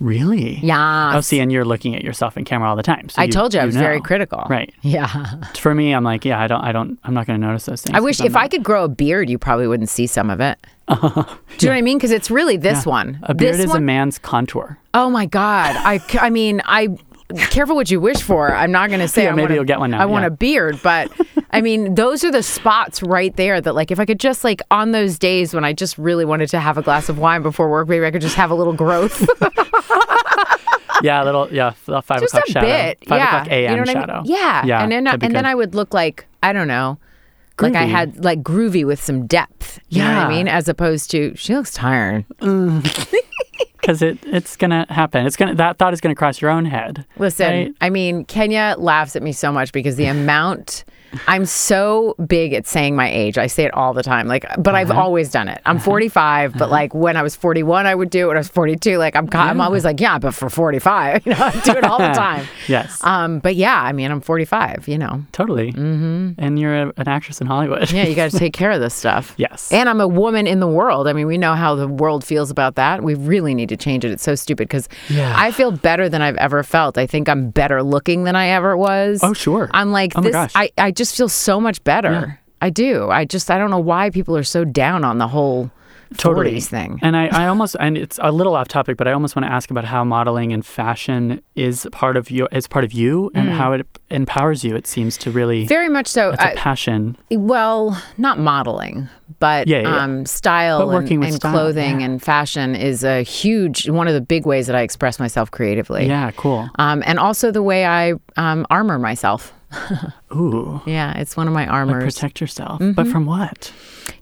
Speaker 1: Really?
Speaker 2: Yeah.
Speaker 1: Oh, see, and you're looking at yourself in camera all the time. So
Speaker 2: I told you I was very
Speaker 1: know.
Speaker 2: critical.
Speaker 1: Right.
Speaker 2: Yeah.
Speaker 1: For me, I'm like, yeah, I don't, I don't, I'm not going to notice those things.
Speaker 2: I wish if I could grow a beard, you probably wouldn't see some of it. Do you know what I mean? Because it's really this one.
Speaker 1: a beard
Speaker 2: this
Speaker 1: is a
Speaker 2: one.
Speaker 1: man's contour.
Speaker 2: oh my God. I, c- I mean, I. Careful what you wish for. I'm not going to say.
Speaker 1: Yeah,
Speaker 2: I
Speaker 1: maybe
Speaker 2: want a-
Speaker 1: you'll get one now,
Speaker 2: I want
Speaker 1: yeah.
Speaker 2: a beard, but I mean, those are the spots right there that, like, if I could just like on those days when I just really wanted to have a glass of wine before work, maybe I could just have a little growth,
Speaker 1: Yeah, a little, yeah, f- a five
Speaker 2: just
Speaker 1: o'clock
Speaker 2: a
Speaker 1: shadow.
Speaker 2: bit.
Speaker 1: Five
Speaker 2: yeah,
Speaker 1: o'clock a.m.
Speaker 2: You know what
Speaker 1: shadow.
Speaker 2: I mean? Yeah,
Speaker 1: yeah,
Speaker 2: and then
Speaker 1: that'd be
Speaker 2: and then
Speaker 1: good.
Speaker 2: I would look like I don't know. Like I
Speaker 1: Groovy.
Speaker 2: had like groovy with some depth. You know what I
Speaker 1: Yeah.
Speaker 2: mean? As opposed to she looks tired.
Speaker 1: because it it's gonna happen. It's gonna that thought is gonna cross your own head.
Speaker 2: Listen,
Speaker 1: right?
Speaker 2: I mean, Kenya laughs at me so much because the amount I'm so big at saying my age. I say it all the time. Like, but
Speaker 1: Uh-huh.
Speaker 2: I've always done it. I'm 45, but like when I was 41, I would do it. When I was 42, like I'm, co- I'm always like, yeah, but for 45, you know, I do it all the time.
Speaker 1: yes,
Speaker 2: Um, but yeah, I mean, I'm 45. You know,
Speaker 1: totally. Mm-hmm. And you're a, an actress in Hollywood.
Speaker 2: yeah, you got to take care of this stuff.
Speaker 1: yes.
Speaker 2: And I'm a woman in the world. I mean, we know how the world feels about that. We really need to change it. It's so stupid because
Speaker 1: Yeah.
Speaker 2: I feel better than I've ever felt. I think I'm better looking than I ever was.
Speaker 1: Oh, sure.
Speaker 2: I'm like,
Speaker 1: Oh my
Speaker 2: this,
Speaker 1: gosh.
Speaker 2: I, I just feel so much better. I do. I just, I don't know why people are so down on the whole 40s thing.
Speaker 1: And I, I almost and it's a little off topic, but I almost want to ask about how modeling and fashion is part of you is part of you and how it empowers you. It seems to really
Speaker 2: Mm. Very much so.
Speaker 1: it's a
Speaker 2: I-
Speaker 1: passion.
Speaker 2: well, not modeling, but
Speaker 1: Yeah, yeah, yeah.
Speaker 2: um, style
Speaker 1: But working
Speaker 2: and,
Speaker 1: with
Speaker 2: and
Speaker 1: style,
Speaker 2: clothing and fashion is a huge, one of the big ways that I express myself creatively.
Speaker 1: Yeah, cool.
Speaker 2: um, and also the way I um, armor myself.
Speaker 1: Ooh,
Speaker 2: Yeah, it's one of my armors.
Speaker 1: protect yourself,
Speaker 2: Mm-hmm.
Speaker 1: but from what?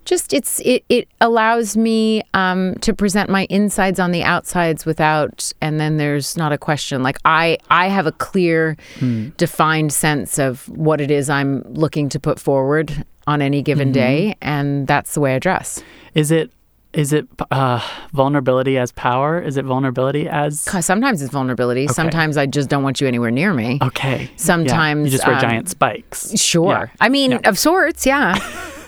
Speaker 2: Just it's it it allows me um, to present my insides on the outsides without, and then there's not a question. Like I I have a clear,
Speaker 1: Hmm.
Speaker 2: defined sense of what it is I'm looking to put forward on any given
Speaker 1: Mm-hmm.
Speaker 2: day, and that's the way I dress.
Speaker 1: Is it is it uh, vulnerability as power? Is it vulnerability as
Speaker 2: 'Cause Sometimes it's vulnerability. Sometimes I just don't want you anywhere near me.
Speaker 1: okay? Uh, yeah,
Speaker 2: Sometimes,
Speaker 1: you just wear
Speaker 2: um,
Speaker 1: giant spikes.
Speaker 2: Sure.
Speaker 1: Yeah.
Speaker 2: I mean,
Speaker 1: Yeah.
Speaker 2: of sorts. Yeah.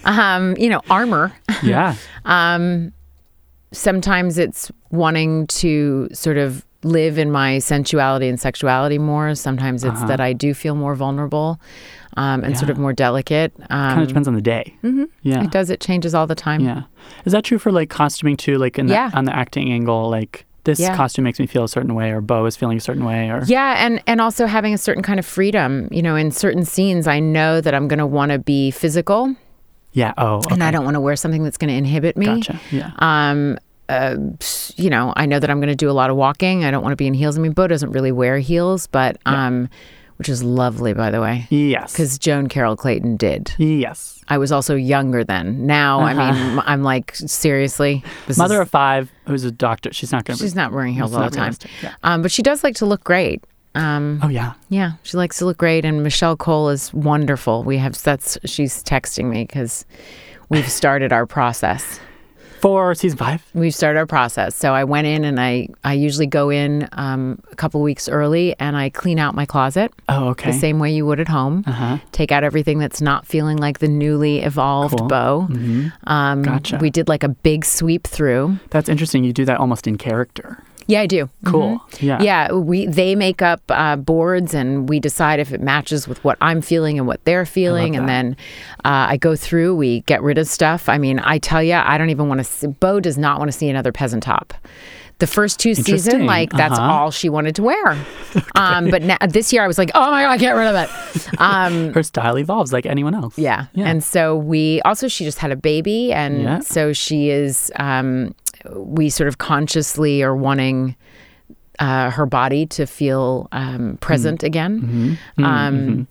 Speaker 2: um, you know, armor.
Speaker 1: yeah.
Speaker 2: Um, sometimes it's wanting to sort of live in my sensuality and sexuality more. Sometimes it's
Speaker 1: Uh-huh.
Speaker 2: that I do feel more vulnerable um, and sort of more delicate.
Speaker 1: kind of
Speaker 2: Um,
Speaker 1: depends on the day. Mm-hmm. Yeah.
Speaker 2: it does. It changes all the time.
Speaker 1: Yeah. Is that true for like costuming too? Like in the,
Speaker 2: Yeah.
Speaker 1: on the acting angle, like this
Speaker 2: Yeah.
Speaker 1: costume makes me feel a certain way, or Bo is feeling a certain way, or
Speaker 2: Yeah, and and also having a certain kind of freedom. You know, in certain scenes, I know that I'm going to want to be physical,
Speaker 1: yeah. Oh, okay.
Speaker 2: and I don't want to wear something that's going to inhibit me.
Speaker 1: gotcha. Yeah.
Speaker 2: Um, uh, s- you know, I know that I'm going to do a lot of walking. I don't want to be in heels. I mean, Bo doesn't really wear heels, but um, which is lovely, by the way,
Speaker 1: Yes.
Speaker 2: because Joan Carol Clayton did.
Speaker 1: Yes.
Speaker 2: I was also younger then. Now, I mean, I'm like, seriously, this
Speaker 1: Uh-huh. Mother
Speaker 2: is-
Speaker 1: of five, who's a doctor. She's not going to be.
Speaker 2: she's not wearing heels
Speaker 1: It's
Speaker 2: all the
Speaker 1: not
Speaker 2: time.
Speaker 1: realistic, yeah.
Speaker 2: Um, but she does like to look great. Um,
Speaker 1: Oh yeah.
Speaker 2: yeah, she likes to look great, and Michelle Cole is wonderful. We have that's she's texting me because we've started our process.
Speaker 1: For season five.
Speaker 2: We've started our process. So I went in, and I I usually go in um, a couple weeks early, and I clean out my closet
Speaker 1: Oh okay.
Speaker 2: the same way you would at home.
Speaker 1: Uh-huh.
Speaker 2: Take out everything that's not feeling like the newly evolved
Speaker 1: Cool.
Speaker 2: bow. Um,
Speaker 1: Gotcha.
Speaker 2: We did like a big sweep through.
Speaker 1: That's interesting. You do that almost in character.
Speaker 2: Yeah, I do.
Speaker 1: Cool. Yeah.
Speaker 2: Mhm. Yeah, we they make up uh, boards and we decide if it matches with what I'm feeling and what they're feeling, and
Speaker 1: that.
Speaker 2: then uh, I go through. We get rid of stuff. I mean, I tell you, I don't even want to. see Bo does not want to see another peasant top. The first two
Speaker 1: Interesting.
Speaker 2: season, like that's
Speaker 1: Uh-huh.
Speaker 2: all she wanted to wear. um, but now, this year, I was like, oh my god, get rid of it. Um,
Speaker 1: Her style evolves like anyone else.
Speaker 2: yeah.
Speaker 1: Yeah.
Speaker 2: And so we also, she just had a baby. And
Speaker 1: Yeah.
Speaker 2: so she is, um, we sort of consciously are wanting uh, her body to feel um, present
Speaker 1: Mm.
Speaker 2: again. Um,
Speaker 1: Mm-hmm.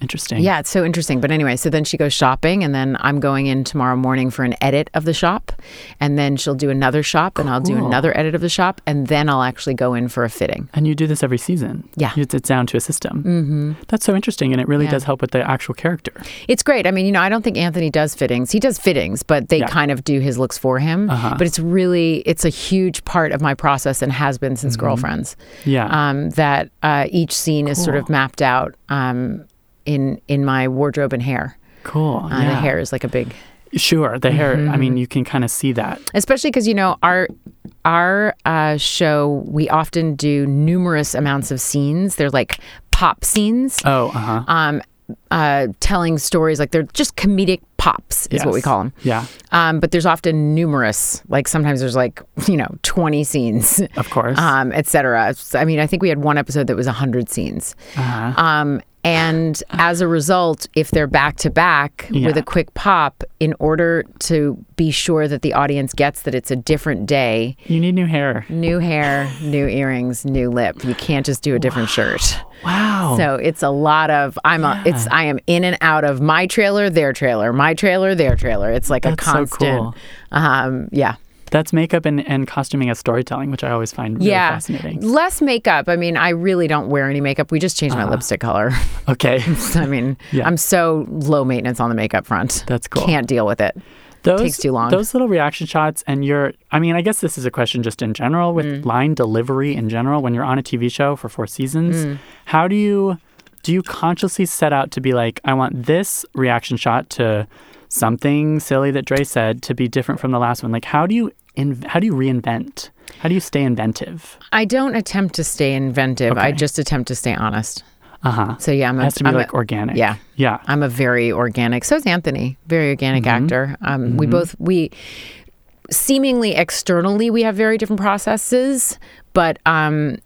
Speaker 1: Interesting.
Speaker 2: Yeah, it's so interesting. But anyway, so then she goes shopping, and then I'm going in tomorrow morning for an edit of the shop. And then she'll do another shop, and I'll do
Speaker 1: Cool.
Speaker 2: another edit of the shop. And then I'll actually go in for a fitting.
Speaker 1: And you do this every season.
Speaker 2: Yeah.
Speaker 1: It's, it's down to a system. Mm-hmm. That's so interesting. And it really
Speaker 2: Yeah. Mm-hmm.
Speaker 1: does help with the actual character.
Speaker 2: It's great. I mean, you know, I don't think Anthony does fittings. He does fittings, but they
Speaker 1: Yeah.
Speaker 2: kind of do his looks for him.
Speaker 1: Uh-huh.
Speaker 2: But it's really it's a huge part of my process and has been
Speaker 1: Mm-hmm.
Speaker 2: since Girlfriends.
Speaker 1: Yeah.
Speaker 2: Um, that uh, each scene is sort of
Speaker 1: Ah. Cool.
Speaker 2: mapped out um, in in my wardrobe and hair.
Speaker 1: cool.
Speaker 2: Uh, The
Speaker 1: yeah.
Speaker 2: hair Mm-hmm. is like a big,
Speaker 1: Sure. The hair. I mean, you can kind of see that.
Speaker 2: especially because you know our our uh, show we often do numerous amounts of scenes. They're like pop scenes.
Speaker 1: Oh, uh huh.
Speaker 2: Um, uh, telling stories like they're just comedic pops is what we call them.
Speaker 1: Yeah.
Speaker 2: Um, but there's often numerous, like sometimes there's like, you know, 20 scenes,
Speaker 1: Of course.
Speaker 2: um, et cetera. So, I mean, I think we had one episode that was 100 scenes.
Speaker 1: uh-huh.
Speaker 2: Um, and as a result, if they're back to back with
Speaker 1: Yeah.
Speaker 2: a quick pop, in order to be sure that the audience gets that it's a different day,
Speaker 1: You need new hair.
Speaker 2: new hair, new earrings, new lip. You can't just do a different shirt.
Speaker 1: Wow.
Speaker 2: So it's a lot of I'm a it's I am in and out of my trailer, their trailer, my trailer, their trailer. It's like
Speaker 1: That's
Speaker 2: a
Speaker 1: so
Speaker 2: constant.
Speaker 1: cool.
Speaker 2: Um, yeah.
Speaker 1: That's makeup and, and costuming as storytelling, which I always find really
Speaker 2: yeah.
Speaker 1: fascinating.
Speaker 2: Less makeup. I mean, I really don't wear any makeup. We just changed
Speaker 1: Uh-huh.
Speaker 2: my lipstick color.
Speaker 1: Okay.
Speaker 2: I mean,
Speaker 1: Yeah.
Speaker 2: I'm so low maintenance on the makeup front.
Speaker 1: That's cool.
Speaker 2: Can't deal with it.
Speaker 1: those
Speaker 2: takes too long.
Speaker 1: Those little reaction shots and your I mean, I guess this is a question just in general with
Speaker 2: Mm.
Speaker 1: line delivery in general when you're on a TV show for four seasons.
Speaker 2: Mm.
Speaker 1: How do you do you consciously set out to be like, I want this reaction shot to something silly that Dre said to be different from the last one? Like how do you in, how do you reinvent? How do you stay inventive?
Speaker 2: I don't attempt to stay inventive. I
Speaker 1: Okay.
Speaker 2: just attempt to stay honest.
Speaker 1: Uh-huh.
Speaker 2: So yeah, I'm
Speaker 1: It
Speaker 2: a,
Speaker 1: has to be
Speaker 2: I'm a-
Speaker 1: like organic.
Speaker 2: yeah.
Speaker 1: Yeah.
Speaker 2: I'm a very organic. So is Anthony, very organic
Speaker 1: Mm-hmm.
Speaker 2: actor. Um, We both we seemingly externally we have very different processes, but um,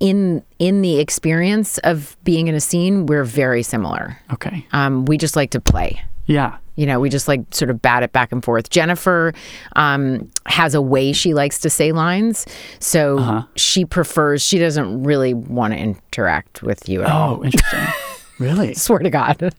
Speaker 2: in in the experience of being in a scene, we're very similar.
Speaker 1: Okay.
Speaker 2: Um, we just like to play.
Speaker 1: Yeah.
Speaker 2: You know, we just like sort of bat it back and forth. Jennifer um, has a way she likes to say lines, so
Speaker 1: Uh-huh.
Speaker 2: she prefers. She doesn't really want to interact with you at all
Speaker 1: Oh, interesting. really?
Speaker 2: swear to God.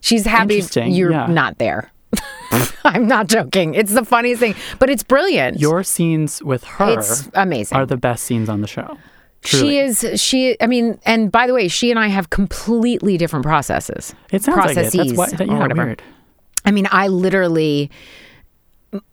Speaker 2: She's
Speaker 1: Oh.
Speaker 2: happy
Speaker 1: Interesting,
Speaker 2: you're
Speaker 1: yeah.
Speaker 2: not there. I'm not joking. It's the funniest thing, but it's brilliant.
Speaker 1: Your scenes with her
Speaker 2: it's amazing.
Speaker 1: are the best scenes on the show.
Speaker 2: she is she I mean, and by the way, she and I have completely different processes.
Speaker 1: It sounds
Speaker 2: processes
Speaker 1: like it. That's why, that,
Speaker 2: or
Speaker 1: yeah,
Speaker 2: whatever.
Speaker 1: weird.
Speaker 2: I mean, I literally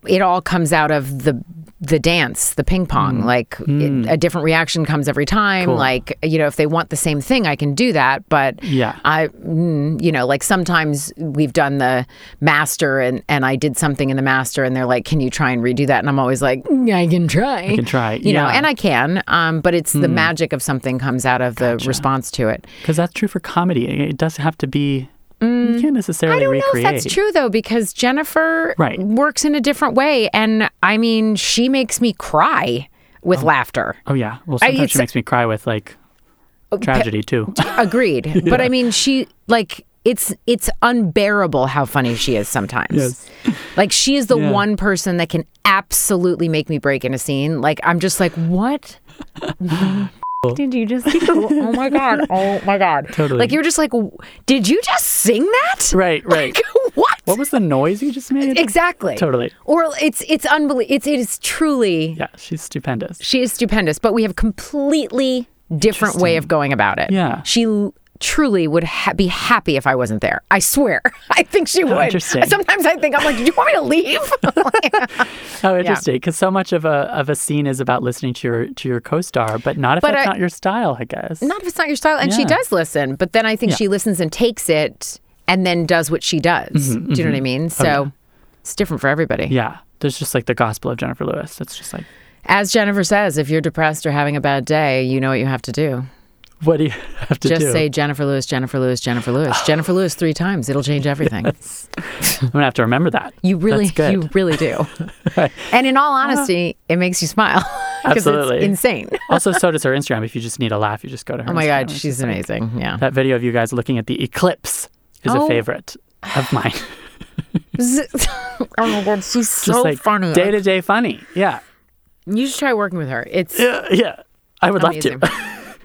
Speaker 2: it all comes out of the the dance, the ping pong. Like it, a different reaction comes every time.
Speaker 1: Mm. Cool.
Speaker 2: Like you know, if they want the same thing, I can do that. But
Speaker 1: Yeah.
Speaker 2: I mm, you know, like sometimes we've done the master, and and I did something in the master, and they're like, "Can you try and redo that?" And I'm always like, "Mm, "I can try." I
Speaker 1: can try,
Speaker 2: You know,
Speaker 1: yeah. Hmm.
Speaker 2: and I can. Um, but it's the magic of something comes out of the response to it.
Speaker 1: Because that's true for comedy. It doesn't have to be. you can't necessarily
Speaker 2: Mm. I don't
Speaker 1: recreate.
Speaker 2: know if that's true though, because Jennifer
Speaker 1: Right.
Speaker 2: works in a different way, and I mean, she makes me cry with laughter.
Speaker 1: Oh yeah. Well, sometimes
Speaker 2: it's-
Speaker 1: she makes me cry with like tragedy too.
Speaker 2: Agreed, but I mean, she like it's it's unbearable how funny she is sometimes.
Speaker 1: Yes.
Speaker 2: Like she is the
Speaker 1: Yeah.
Speaker 2: one person that can absolutely make me break in a scene. Like I'm just like, what? did you just do? oh my god! Oh my god!
Speaker 1: Totally.
Speaker 2: Like you were just like, "W- did you just sing that?
Speaker 1: Right, right.
Speaker 2: Like, what?
Speaker 1: What was the noise you just made?
Speaker 2: exactly.
Speaker 1: Totally.
Speaker 2: Or it's it's unbelievable. It's it is truly
Speaker 1: Yeah, she's stupendous.
Speaker 2: she is stupendous, but we have completely different way of going about it.
Speaker 1: Yeah.
Speaker 2: She l- truly would ha- be happy if I wasn't there. I swear. I think she would.
Speaker 1: interesting.
Speaker 2: Sometimes I think I'm like, "Do you want me to leave?"
Speaker 1: Oh, interesting. Because so much of a of a scene is about listening to your to your co-star, but not if
Speaker 2: But
Speaker 1: that's
Speaker 2: I-
Speaker 1: not your style, I guess.
Speaker 2: Not if it's not your style. And she
Speaker 1: Yeah.
Speaker 2: does listen, but then I think she listens and takes it and then does what she does. Do you know what I mean? So it's different for everybody.
Speaker 1: Mm-hmm, yeah, there's just like the gospel of Jennifer Lewis. It's just like,
Speaker 2: As Jennifer says, if you're depressed or having a bad day, you know what you have to do.
Speaker 1: what do you have to
Speaker 2: Just
Speaker 1: do?
Speaker 2: say Jennifer Lewis, Jennifer Lewis, Jennifer Lewis, Jennifer Lewis three times. It'll change everything.
Speaker 1: I'm gonna have to remember that.
Speaker 2: You really,
Speaker 1: That's good.
Speaker 2: you really do.
Speaker 1: Right.
Speaker 2: And in all honesty, it makes you smile. 'Cause
Speaker 1: Absolutely.
Speaker 2: It's insane.
Speaker 1: also, so does her Instagram. If you just need a laugh, you just go to her.
Speaker 2: Oh my God,
Speaker 1: Instagram.
Speaker 2: she's amazing. Yeah.
Speaker 1: that video of you guys looking at the eclipse is
Speaker 2: Oh.
Speaker 1: a favorite of mine.
Speaker 2: oh my God, she's
Speaker 1: just
Speaker 2: so
Speaker 1: like
Speaker 2: funny.
Speaker 1: day to day funny. Yeah,
Speaker 2: you should try working with her. It's
Speaker 1: Uh, yeah. I would
Speaker 2: amazing. Mm-hmm.
Speaker 1: love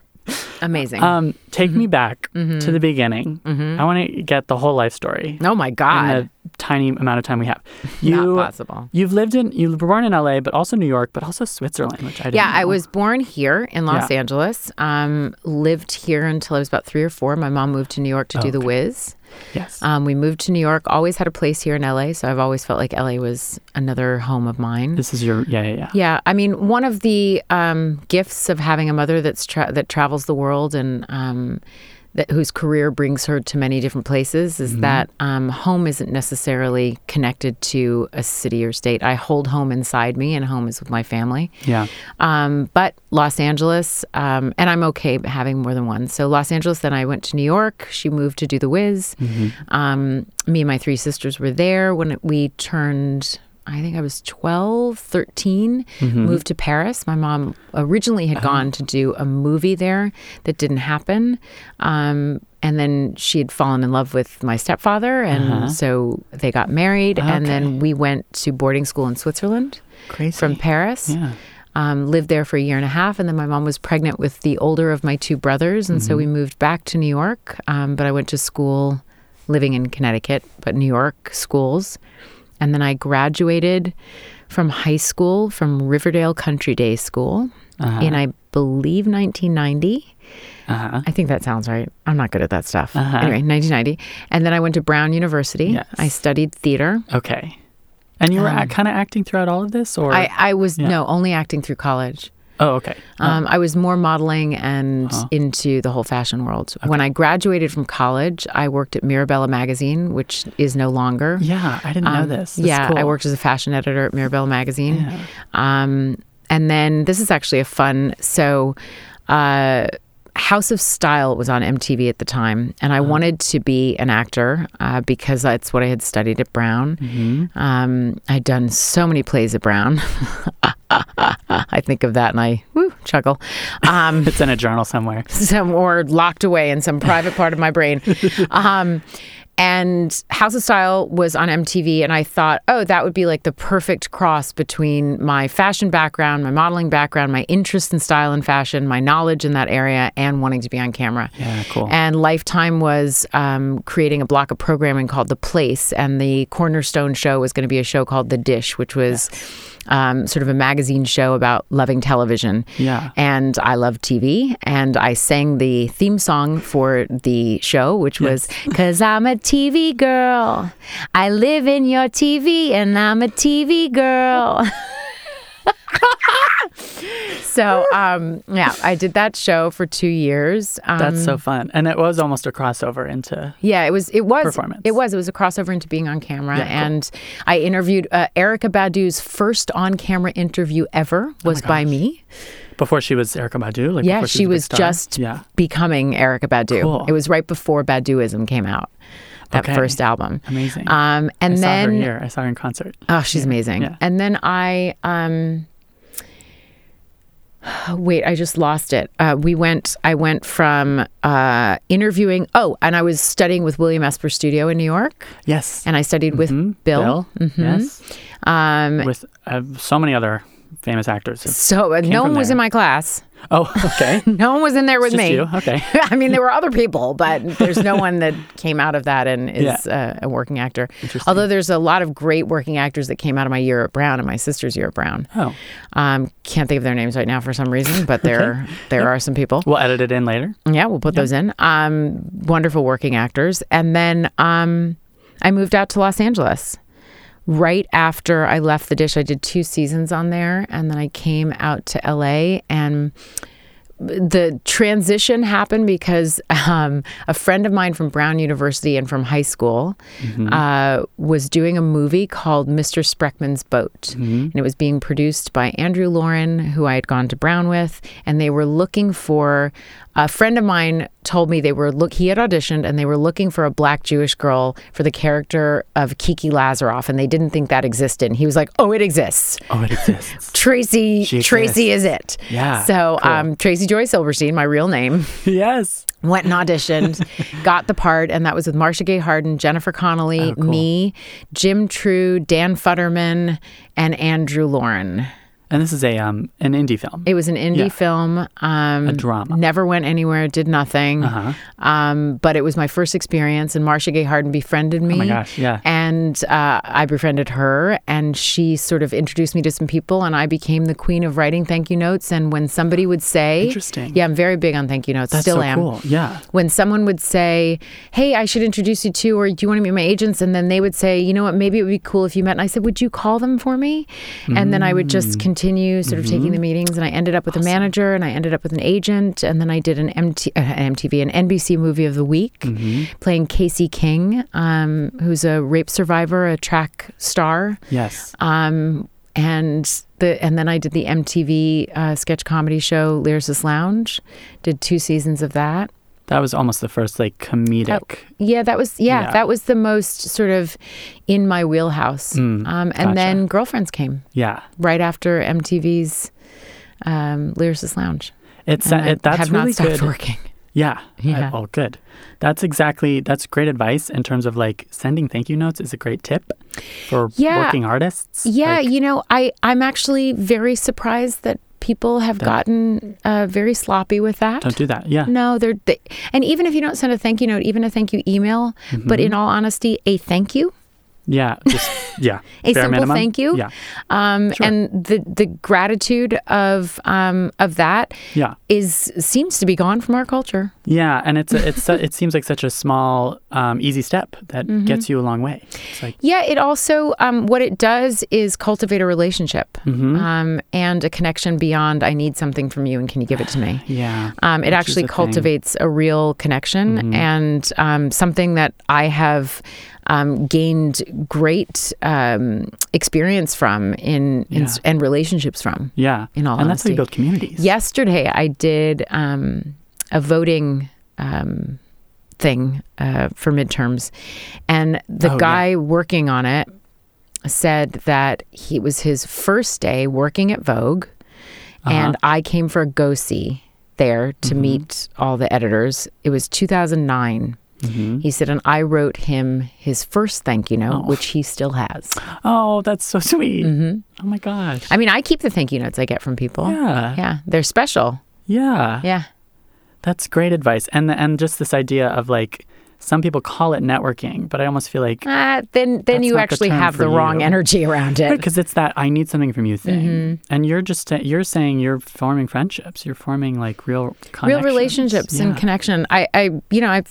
Speaker 1: to.
Speaker 2: amazing.
Speaker 1: Um, take me back to the beginning. I want to get the whole life story.
Speaker 2: oh my Mm-hmm. God.
Speaker 1: in the tiny amount of time we have.
Speaker 2: Not
Speaker 1: uh, You,
Speaker 2: possible.
Speaker 1: You've lived in, you were born in LA, but also New York, but also Switzerland, which I didn't
Speaker 2: Yeah, I
Speaker 1: know.
Speaker 2: was born here in Los
Speaker 1: Yeah.
Speaker 2: Angeles. Um, lived here until I was about three or four. My mom moved to New York to do the Whiz.
Speaker 1: Yes.
Speaker 2: Um, we moved to New York. Always had a place here in LA, so I've always felt like LA was another home of mine.
Speaker 1: this is your, yeah, yeah, yeah.
Speaker 2: Yeah, I mean, one of the um, gifts of having a mother that's tra- that travels the world and um, that whose career brings her to many different places is that um, home isn't necessarily connected to a city or state. I hold home inside me, and home is with my family.
Speaker 1: Yeah.
Speaker 2: Um, but Los Angeles, um, and I'm okay having more than one. So Los Angeles, then I went to New York. She moved to do the Whiz.
Speaker 1: Mm-hmm.
Speaker 2: Um, me and my three sisters were there when we turned. I think I was 12, 13,
Speaker 1: Mm-hmm.
Speaker 2: moved to Paris. My mom originally
Speaker 1: Uh-huh.
Speaker 2: had gone to do a movie there that didn't happen. Um, and then she had fallen in love with my stepfather. And
Speaker 1: Uh-huh.
Speaker 2: so they got married. And then we went to boarding school in Switzerland
Speaker 1: Crazy.
Speaker 2: from Paris
Speaker 1: yeah.
Speaker 2: um, lived there for a year and a half, and then my mom was pregnant with the older of my two brothers, and
Speaker 1: Mm-hmm.
Speaker 2: so we moved back to New York. Um, but I went to school, living in Connecticut, but New York schools, and then I graduated from high school from Riverdale Country Day School in I believe 1990.
Speaker 1: Uh-huh.
Speaker 2: I think that sounds right. I'm not good at that stuff.
Speaker 1: Uh-huh.
Speaker 2: Anyway, 1990, and then I went to Brown University.
Speaker 1: Yes.
Speaker 2: I studied theater.
Speaker 1: Okay. And you were kind of acting throughout all of this or?
Speaker 2: Um, I, I was
Speaker 1: Yeah.
Speaker 2: no only acting through college.
Speaker 1: oh, okay.
Speaker 2: Um, I was more modeling and into the whole fashion world. When I graduated from college, I worked at Mirabella Magazine, which is no longer.
Speaker 1: Yeah. I didn't
Speaker 2: Um,
Speaker 1: know this. That's
Speaker 2: yeah, I
Speaker 1: cool.
Speaker 2: worked as a fashion editor at Mirabella Magazine.
Speaker 1: Yeah.
Speaker 2: Um, and then this is actually a fun. So, uh, House of Style was on MTV at the time, and I
Speaker 1: Uh-huh.
Speaker 2: wanted to be an actor uh, because that's what I had studied at Brown.
Speaker 1: Mm-hmm.
Speaker 2: Um, I'd done so many plays at Brown. I think of that and I woo, chuckle. Um,
Speaker 1: It's in a journal somewhere.
Speaker 2: some or locked away in some private part of my brain. Um, and House of Style was on MTV, and I thought, oh, that would be like the perfect cross between my fashion background, my modeling background, my interest in style and fashion, my knowledge in that area, and wanting to be on camera.
Speaker 1: Yeah, cool.
Speaker 2: And Lifetime was um, creating a block of programming called The Place, and the cornerstone show was going to be a show called The Dish, which was um, sort of a magazine show about loving television.
Speaker 1: Yeah.
Speaker 2: And I love TV, and I sang the theme song for the show, which was "Cause I'm a TV girl, I live in your TV, and I'm a TV girl." so um, yeah, I did that show for two years. Um,
Speaker 1: That's so fun. And it was almost a crossover into,
Speaker 2: yeah, it was. It was.
Speaker 1: Performance.
Speaker 2: It was. It was a crossover into being on camera,
Speaker 1: Yeah, cool.
Speaker 2: and I interviewed uh, Erica Badu's first on-camera interview
Speaker 1: Oh
Speaker 2: ever was by me.
Speaker 1: before she was Erica Badu. Like
Speaker 2: Yeah,
Speaker 1: before
Speaker 2: she,
Speaker 1: a big
Speaker 2: was
Speaker 1: star.
Speaker 2: just
Speaker 1: Yeah.
Speaker 2: becoming Erica Badu.
Speaker 1: Cool.
Speaker 2: It was right before Baduism came out. That
Speaker 1: Okay.
Speaker 2: first album.
Speaker 1: Amazing.
Speaker 2: Um, and
Speaker 1: I saw her
Speaker 2: then
Speaker 1: here. I saw her in concert.
Speaker 2: Oh, she's amazing.
Speaker 1: yeah.
Speaker 2: And then I, um, wait, I just lost it. Uh, we went, I went from uh, interviewing, oh, and I was studying with William Esper Studio in New York,
Speaker 1: Yes.
Speaker 2: and I studied with Bill. Mhm.
Speaker 1: Mm-hmm. Yes.
Speaker 2: Um,
Speaker 1: with uh, so many other famous actors.
Speaker 2: so uh, no
Speaker 1: from
Speaker 2: one was
Speaker 1: there.
Speaker 2: in my class.
Speaker 1: Oh, okay.
Speaker 2: No one was in there with
Speaker 1: Just
Speaker 2: me.
Speaker 1: you? Okay.
Speaker 2: I mean, there were other people, but there's no one that came out of that and is uh, a working actor. Although there's a lot of great working actors that came out of my year at Brown and my sister's year at Brown.
Speaker 1: Oh.
Speaker 2: Um, can't think of their names right now for some reason, but there there are some people.
Speaker 1: We'll edit it in later.
Speaker 2: Yeah, we'll put those in. Um, wonderful working actors. And then um, I moved out to Los Angeles. Right after I left The Dish, I did two seasons on there. And then I came out to LA. And the transition happened because um, a friend of mine from Brown University and from high school uh, was doing a movie called Mr. Spreckman's Boat. And it was being produced by Andrew Lauren, who I had gone to Brown with. And they were looking for a friend of mine told me they were look he had auditioned and they were looking for a black Jewish girl for the character of Kiki Lazaroff and they didn't think that existed. And he was like, "Oh, it exists."
Speaker 1: Oh, it exists.
Speaker 2: Tracy
Speaker 1: She
Speaker 2: Tracy is it.
Speaker 1: Yeah,
Speaker 2: So um Tracy Joy Silverstein, my real name,
Speaker 1: yes.
Speaker 2: went and auditioned, got the part, and that was with Marcia Gay Harden, Jennifer Connelly,
Speaker 1: Oh,
Speaker 2: me, Jim True, Dan Futterman, and Andrew Lauren.
Speaker 1: And this is a um an indie film.
Speaker 2: It was an indie
Speaker 1: Yeah.
Speaker 2: film. Um, a
Speaker 1: drama. Uh-huh.
Speaker 2: Never went anywhere. Did nothing. Um, but it was my first experience, and Marcia Gay Harden befriended me. Oh
Speaker 1: my gosh, yeah.
Speaker 2: And uh, I befriended her, and she sort of introduced me to some people, and I became the queen of writing thank you notes. And when somebody would say,
Speaker 1: Interesting.
Speaker 2: Yeah, I'm very big on thank you notes.
Speaker 1: That's
Speaker 2: still
Speaker 1: so
Speaker 2: am
Speaker 1: cool. Yeah.
Speaker 2: when someone would say, Hey, I should introduce you to, or do you want to meet my agents? And then they would say, You know what, maybe it would be cool if you met. And I said, Would you call them for me? And then I would
Speaker 1: Mm.
Speaker 2: just continue sort of taking
Speaker 1: Mm-hmm.
Speaker 2: the meetings. And I ended up with a manager and I ended up with an agent. And then I did an, MT, uh, an MTV, an NBC movie of the week
Speaker 1: Mm-hmm.
Speaker 2: playing Casey King, um, who's a rape survivor, a track star.
Speaker 1: Yes.
Speaker 2: Um, and the and then I did the MTV uh, sketch comedy show Lyricist Lounge, did two seasons of that.
Speaker 1: That was almost the first like comedic.
Speaker 2: Yeah, that was yeah,
Speaker 1: Yeah.
Speaker 2: that was the most sort of in my wheelhouse. um,
Speaker 1: Mm,
Speaker 2: and
Speaker 1: gotcha.
Speaker 2: then girlfriends came
Speaker 1: Yeah.
Speaker 2: right after MTV's um, Lyricist Lounge.
Speaker 1: It's
Speaker 2: And I
Speaker 1: it, that's
Speaker 2: have
Speaker 1: really
Speaker 2: not stopped
Speaker 1: good.
Speaker 2: working.
Speaker 1: Yeah.
Speaker 2: Yeah.
Speaker 1: Oh, good. That's exactly that's great advice in terms of like sending thank you notes is a great tip for
Speaker 2: Yeah.
Speaker 1: working artists.
Speaker 2: Yeah,
Speaker 1: Like,
Speaker 2: you know, I I'm actually very surprised that people have gotten uh, very sloppy with that.
Speaker 1: don't do that. Yeah.
Speaker 2: No, they're they, and even if you don't send a thank you note, even a thank you email, Mm, but in all honesty, a thank you.
Speaker 1: Mm-hmm. Yeah. Just yeah.
Speaker 2: a
Speaker 1: Bare
Speaker 2: simple
Speaker 1: minimum.
Speaker 2: thank you.
Speaker 1: Yeah.
Speaker 2: Um,
Speaker 1: Sure.
Speaker 2: And the the gratitude of um, of that
Speaker 1: Yeah.
Speaker 2: is seems to be gone from our culture.
Speaker 1: Yeah, and it's a, it's su- it seems like such a small, um, easy step that
Speaker 2: Mm-hmm.
Speaker 1: gets you a long way. It's like
Speaker 2: Yeah, it also um, what it does is cultivate a relationship
Speaker 1: mm-hmm.
Speaker 2: um, and a connection beyond. I need something from you, and can you give it to me?
Speaker 1: yeah,
Speaker 2: Um, it
Speaker 1: which is
Speaker 2: actually
Speaker 1: a thing. Mm-hmm.
Speaker 2: cultivates a real connection and um, something that I have um, gained great um, experience from in, in
Speaker 1: Yeah.
Speaker 2: and relationships from.
Speaker 1: Yeah,
Speaker 2: in all
Speaker 1: and that's how you
Speaker 2: honesty.
Speaker 1: build communities.
Speaker 2: Yesterday, I did um, a voting um, thing uh, for midterms, and the
Speaker 1: Oh, yeah.
Speaker 2: guy working on it said that he it was his first day working at Vogue,
Speaker 1: Uh-huh.
Speaker 2: and I came for a go see there to
Speaker 1: Mm-hmm.
Speaker 2: meet all the editors. It was 2009.
Speaker 1: Uh-huh. Mm-hmm.
Speaker 2: He said, and I wrote him his first thank you note, which he still has. Mm-hmm.
Speaker 1: Oh, that's so sweet. Oh my gosh.
Speaker 2: I mean, I keep the thank you notes I get from people.
Speaker 1: yeah, yeah,
Speaker 2: yeah they're special. Yeah.
Speaker 1: That's great advice, and the, and just this idea of like some people call it networking, but I almost feel like
Speaker 2: Uh, then then
Speaker 1: That's
Speaker 2: you
Speaker 1: not the
Speaker 2: actually
Speaker 1: term
Speaker 2: have
Speaker 1: for
Speaker 2: the wrong
Speaker 1: you.
Speaker 2: energy around it. Mm-hmm.
Speaker 1: because it's that I need something from you thing, and you're just you're saying you're forming friendships, you're forming like real
Speaker 2: Real
Speaker 1: connections.
Speaker 2: relationships and
Speaker 1: Yeah.
Speaker 2: connection. I, I you know, I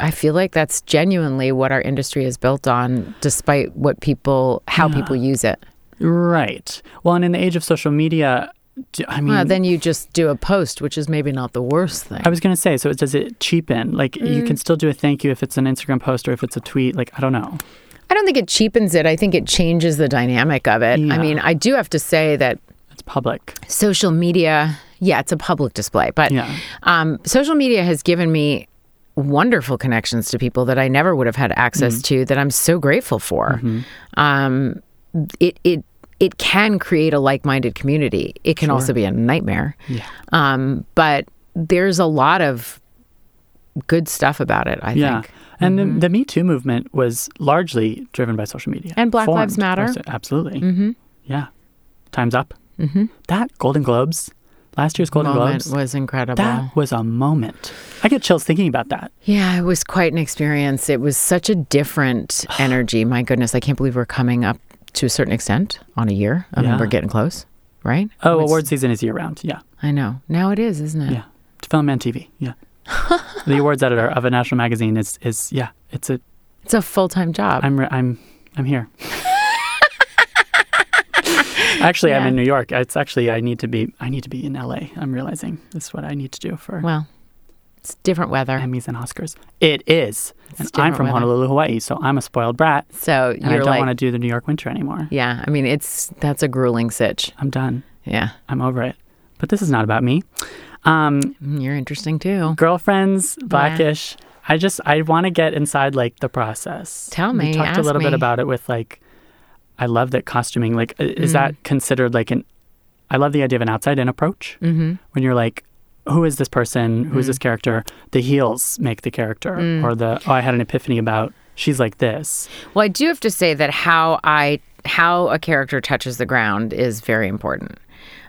Speaker 2: I feel like that's genuinely what our industry is built on, despite what people how people use it.
Speaker 1: right. Well, and in the age of social media, d- I mean,
Speaker 2: Well, then you just do a post, which is maybe not the worst thing.
Speaker 1: Mm. I was gonna say, so it, does it cheapen? Like you
Speaker 2: Mm.
Speaker 1: can still do a thank you if it's an Instagram post or if it's a tweet. Like I don't know.
Speaker 2: I don't think it cheapens it. I think it changes the dynamic of it.
Speaker 1: Yeah.
Speaker 2: I mean, I do have to say that
Speaker 1: It's public.
Speaker 2: social media, yeah, it's a public display, but
Speaker 1: Yeah.
Speaker 2: um, social media has given me wonderful connections to people that I never would have had
Speaker 1: Mm.
Speaker 2: access to that I'm so grateful for.
Speaker 1: Mm-hmm.
Speaker 2: Um, it it it can create a like-minded community. It can also be a nightmare.
Speaker 1: Yeah.
Speaker 2: Um, but there's a lot of good stuff about it, I
Speaker 1: Yeah.
Speaker 2: think.
Speaker 1: And
Speaker 2: Mm-hmm.
Speaker 1: the, the Me Too movement was largely driven by social media
Speaker 2: And Black Lives
Speaker 1: Formed by
Speaker 2: Matter.
Speaker 1: so- Absolutely. Mm-hmm. Yeah. Times up. Mm-hmm. That Golden Globes. Last year's Golden
Speaker 2: moment
Speaker 1: Globes.
Speaker 2: was incredible.
Speaker 1: that was a moment. I get chills thinking about that.
Speaker 2: Yeah, it was quite an experience. It was such a different energy. My goodness, I can't believe we're coming up to a certain extent on a year. I mean,
Speaker 1: Yeah.
Speaker 2: we're getting close, right?
Speaker 1: Oh,
Speaker 2: It's-
Speaker 1: award season is year round. Yeah.
Speaker 2: I know. Now it is, isn't it?
Speaker 1: Yeah. Film and TV. Yeah. the awards editor of a national magazine is is yeah. It's a
Speaker 2: It's a full time job.
Speaker 1: I'm re- I'm I'm here. actually, I'm
Speaker 2: Yeah.
Speaker 1: in New York. It's actually I need to be I need to be in LA. I'm realizing this is what I need to do for
Speaker 2: well, it's different weather.
Speaker 1: Emmys and Oscars. It is. and I'm
Speaker 2: different
Speaker 1: from
Speaker 2: weather.
Speaker 1: Honolulu, Hawaii, so I'm a spoiled brat.
Speaker 2: so
Speaker 1: And I
Speaker 2: you're
Speaker 1: don't
Speaker 2: like,
Speaker 1: want to do the New York winter anymore.
Speaker 2: yeah. I mean, it's that's a grueling sitch.
Speaker 1: I'm done.
Speaker 2: Yeah,
Speaker 1: I'm over it. But this is not about me. Um,
Speaker 2: Mm, you're interesting too.
Speaker 1: girlfriends, blackish. I just I want to get inside like the process.
Speaker 2: Tell me,
Speaker 1: We talked a
Speaker 2: ask
Speaker 1: little bit
Speaker 2: me.
Speaker 1: about it with like. I love that costuming. Like, i- is
Speaker 2: Mm.
Speaker 1: that considered like an? I love the idea of an outside-in approach
Speaker 2: Mm-hmm. Mm.
Speaker 1: when you're like, who is this person? Who is this character? The heels make the character, or the oh, I had an epiphany about she's like this.
Speaker 2: Well, I do have to say that how I how a character touches the ground is very important.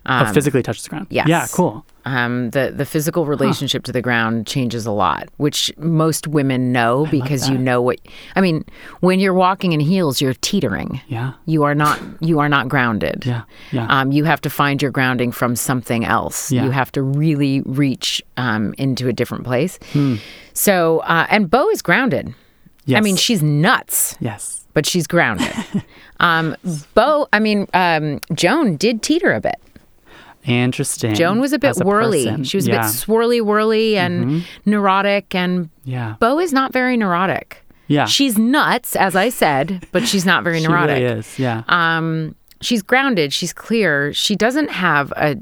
Speaker 2: Um,
Speaker 1: oh, physically touches the ground. Yeah,
Speaker 2: yes.
Speaker 1: cool.
Speaker 2: um, the the physical relationship to the ground changes a lot, which most women know because you
Speaker 1: that.
Speaker 2: know what. I mean, when you're walking in heels, you're teetering.
Speaker 1: Yeah,
Speaker 2: You are not you are not grounded.
Speaker 1: yeah, yeah.
Speaker 2: Um, you have to find your grounding from something else.
Speaker 1: Yeah.
Speaker 2: You have to really reach um, into a different place.
Speaker 1: Hmm.
Speaker 2: So, uh, and Bo is grounded. I
Speaker 1: Yes.
Speaker 2: mean, she's nuts,
Speaker 1: yes.
Speaker 2: but she's grounded. um, Bo, I mean, um, Joan did teeter a bit.
Speaker 1: Interesting.
Speaker 2: Joan was a bit
Speaker 1: As
Speaker 2: whirly.
Speaker 1: person.
Speaker 2: She was a
Speaker 1: yeah. Mm-hmm.
Speaker 2: bit swirly, whirly, and neurotic. And
Speaker 1: Yeah.
Speaker 2: Bo is not very neurotic.
Speaker 1: Yeah.
Speaker 2: she's nuts, as I said, but she's not very
Speaker 1: She
Speaker 2: neurotic.
Speaker 1: really is. Yeah.
Speaker 2: Um, she's grounded. She's clear. She doesn't have a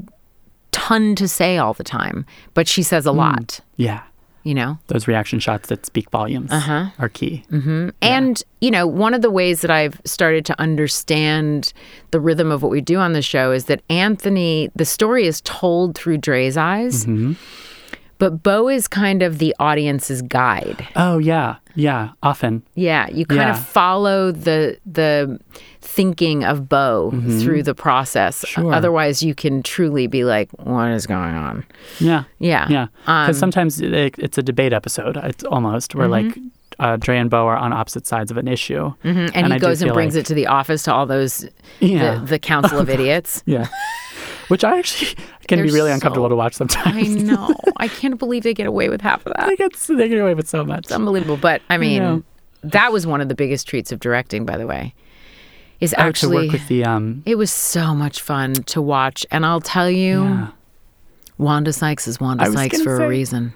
Speaker 2: ton to say all the time, but she says a
Speaker 1: Hmm.
Speaker 2: lot.
Speaker 1: yeah.
Speaker 2: You know.
Speaker 1: those reaction shots that speak volumes
Speaker 2: Uh-huh.
Speaker 1: are key.
Speaker 2: Mm-hmm. And, you know, one of the ways that I've started to understand the rhythm of what we do on the show is that Anthony, the story is told through Dre's eyes,
Speaker 1: Mm-hmm.
Speaker 2: but Bo is kind of the audience's guide.
Speaker 1: Oh yeah, yeah. Often,
Speaker 2: Yeah, you kind
Speaker 1: Yeah.
Speaker 2: of follow the the thinking of Bo through the process.
Speaker 1: Mm-hmm. Sure.
Speaker 2: Otherwise, you can truly be like, what is going on?
Speaker 1: yeah,
Speaker 2: Yeah.
Speaker 1: yeah. Because
Speaker 2: Um, Mm-hmm.
Speaker 1: sometimes it, it's a debate episode. It's almost where like uh, Dre and Bo are on opposite sides of an issue,
Speaker 2: And, he goes and brings it to the office to all those
Speaker 1: Yeah.
Speaker 2: the, the council of idiots.
Speaker 1: Yeah, which I actually can be
Speaker 2: They're
Speaker 1: really uncomfortable
Speaker 2: so-
Speaker 1: to watch
Speaker 2: I
Speaker 1: sometimes.
Speaker 2: know. I can't believe they get away with half of that.
Speaker 1: they get they get away with so much.
Speaker 2: It's unbelievable. But I mean,
Speaker 1: know.
Speaker 2: that was one of the biggest treats of directing, by the way, is
Speaker 1: I actually
Speaker 2: actually,
Speaker 1: work with the um.
Speaker 2: it was so much fun to watch. And I'll tell you,
Speaker 1: Yeah,
Speaker 2: Wanda Sykes is
Speaker 1: I
Speaker 2: Wanda
Speaker 1: was
Speaker 2: Sykes
Speaker 1: gonna
Speaker 2: for
Speaker 1: say.
Speaker 2: a reason.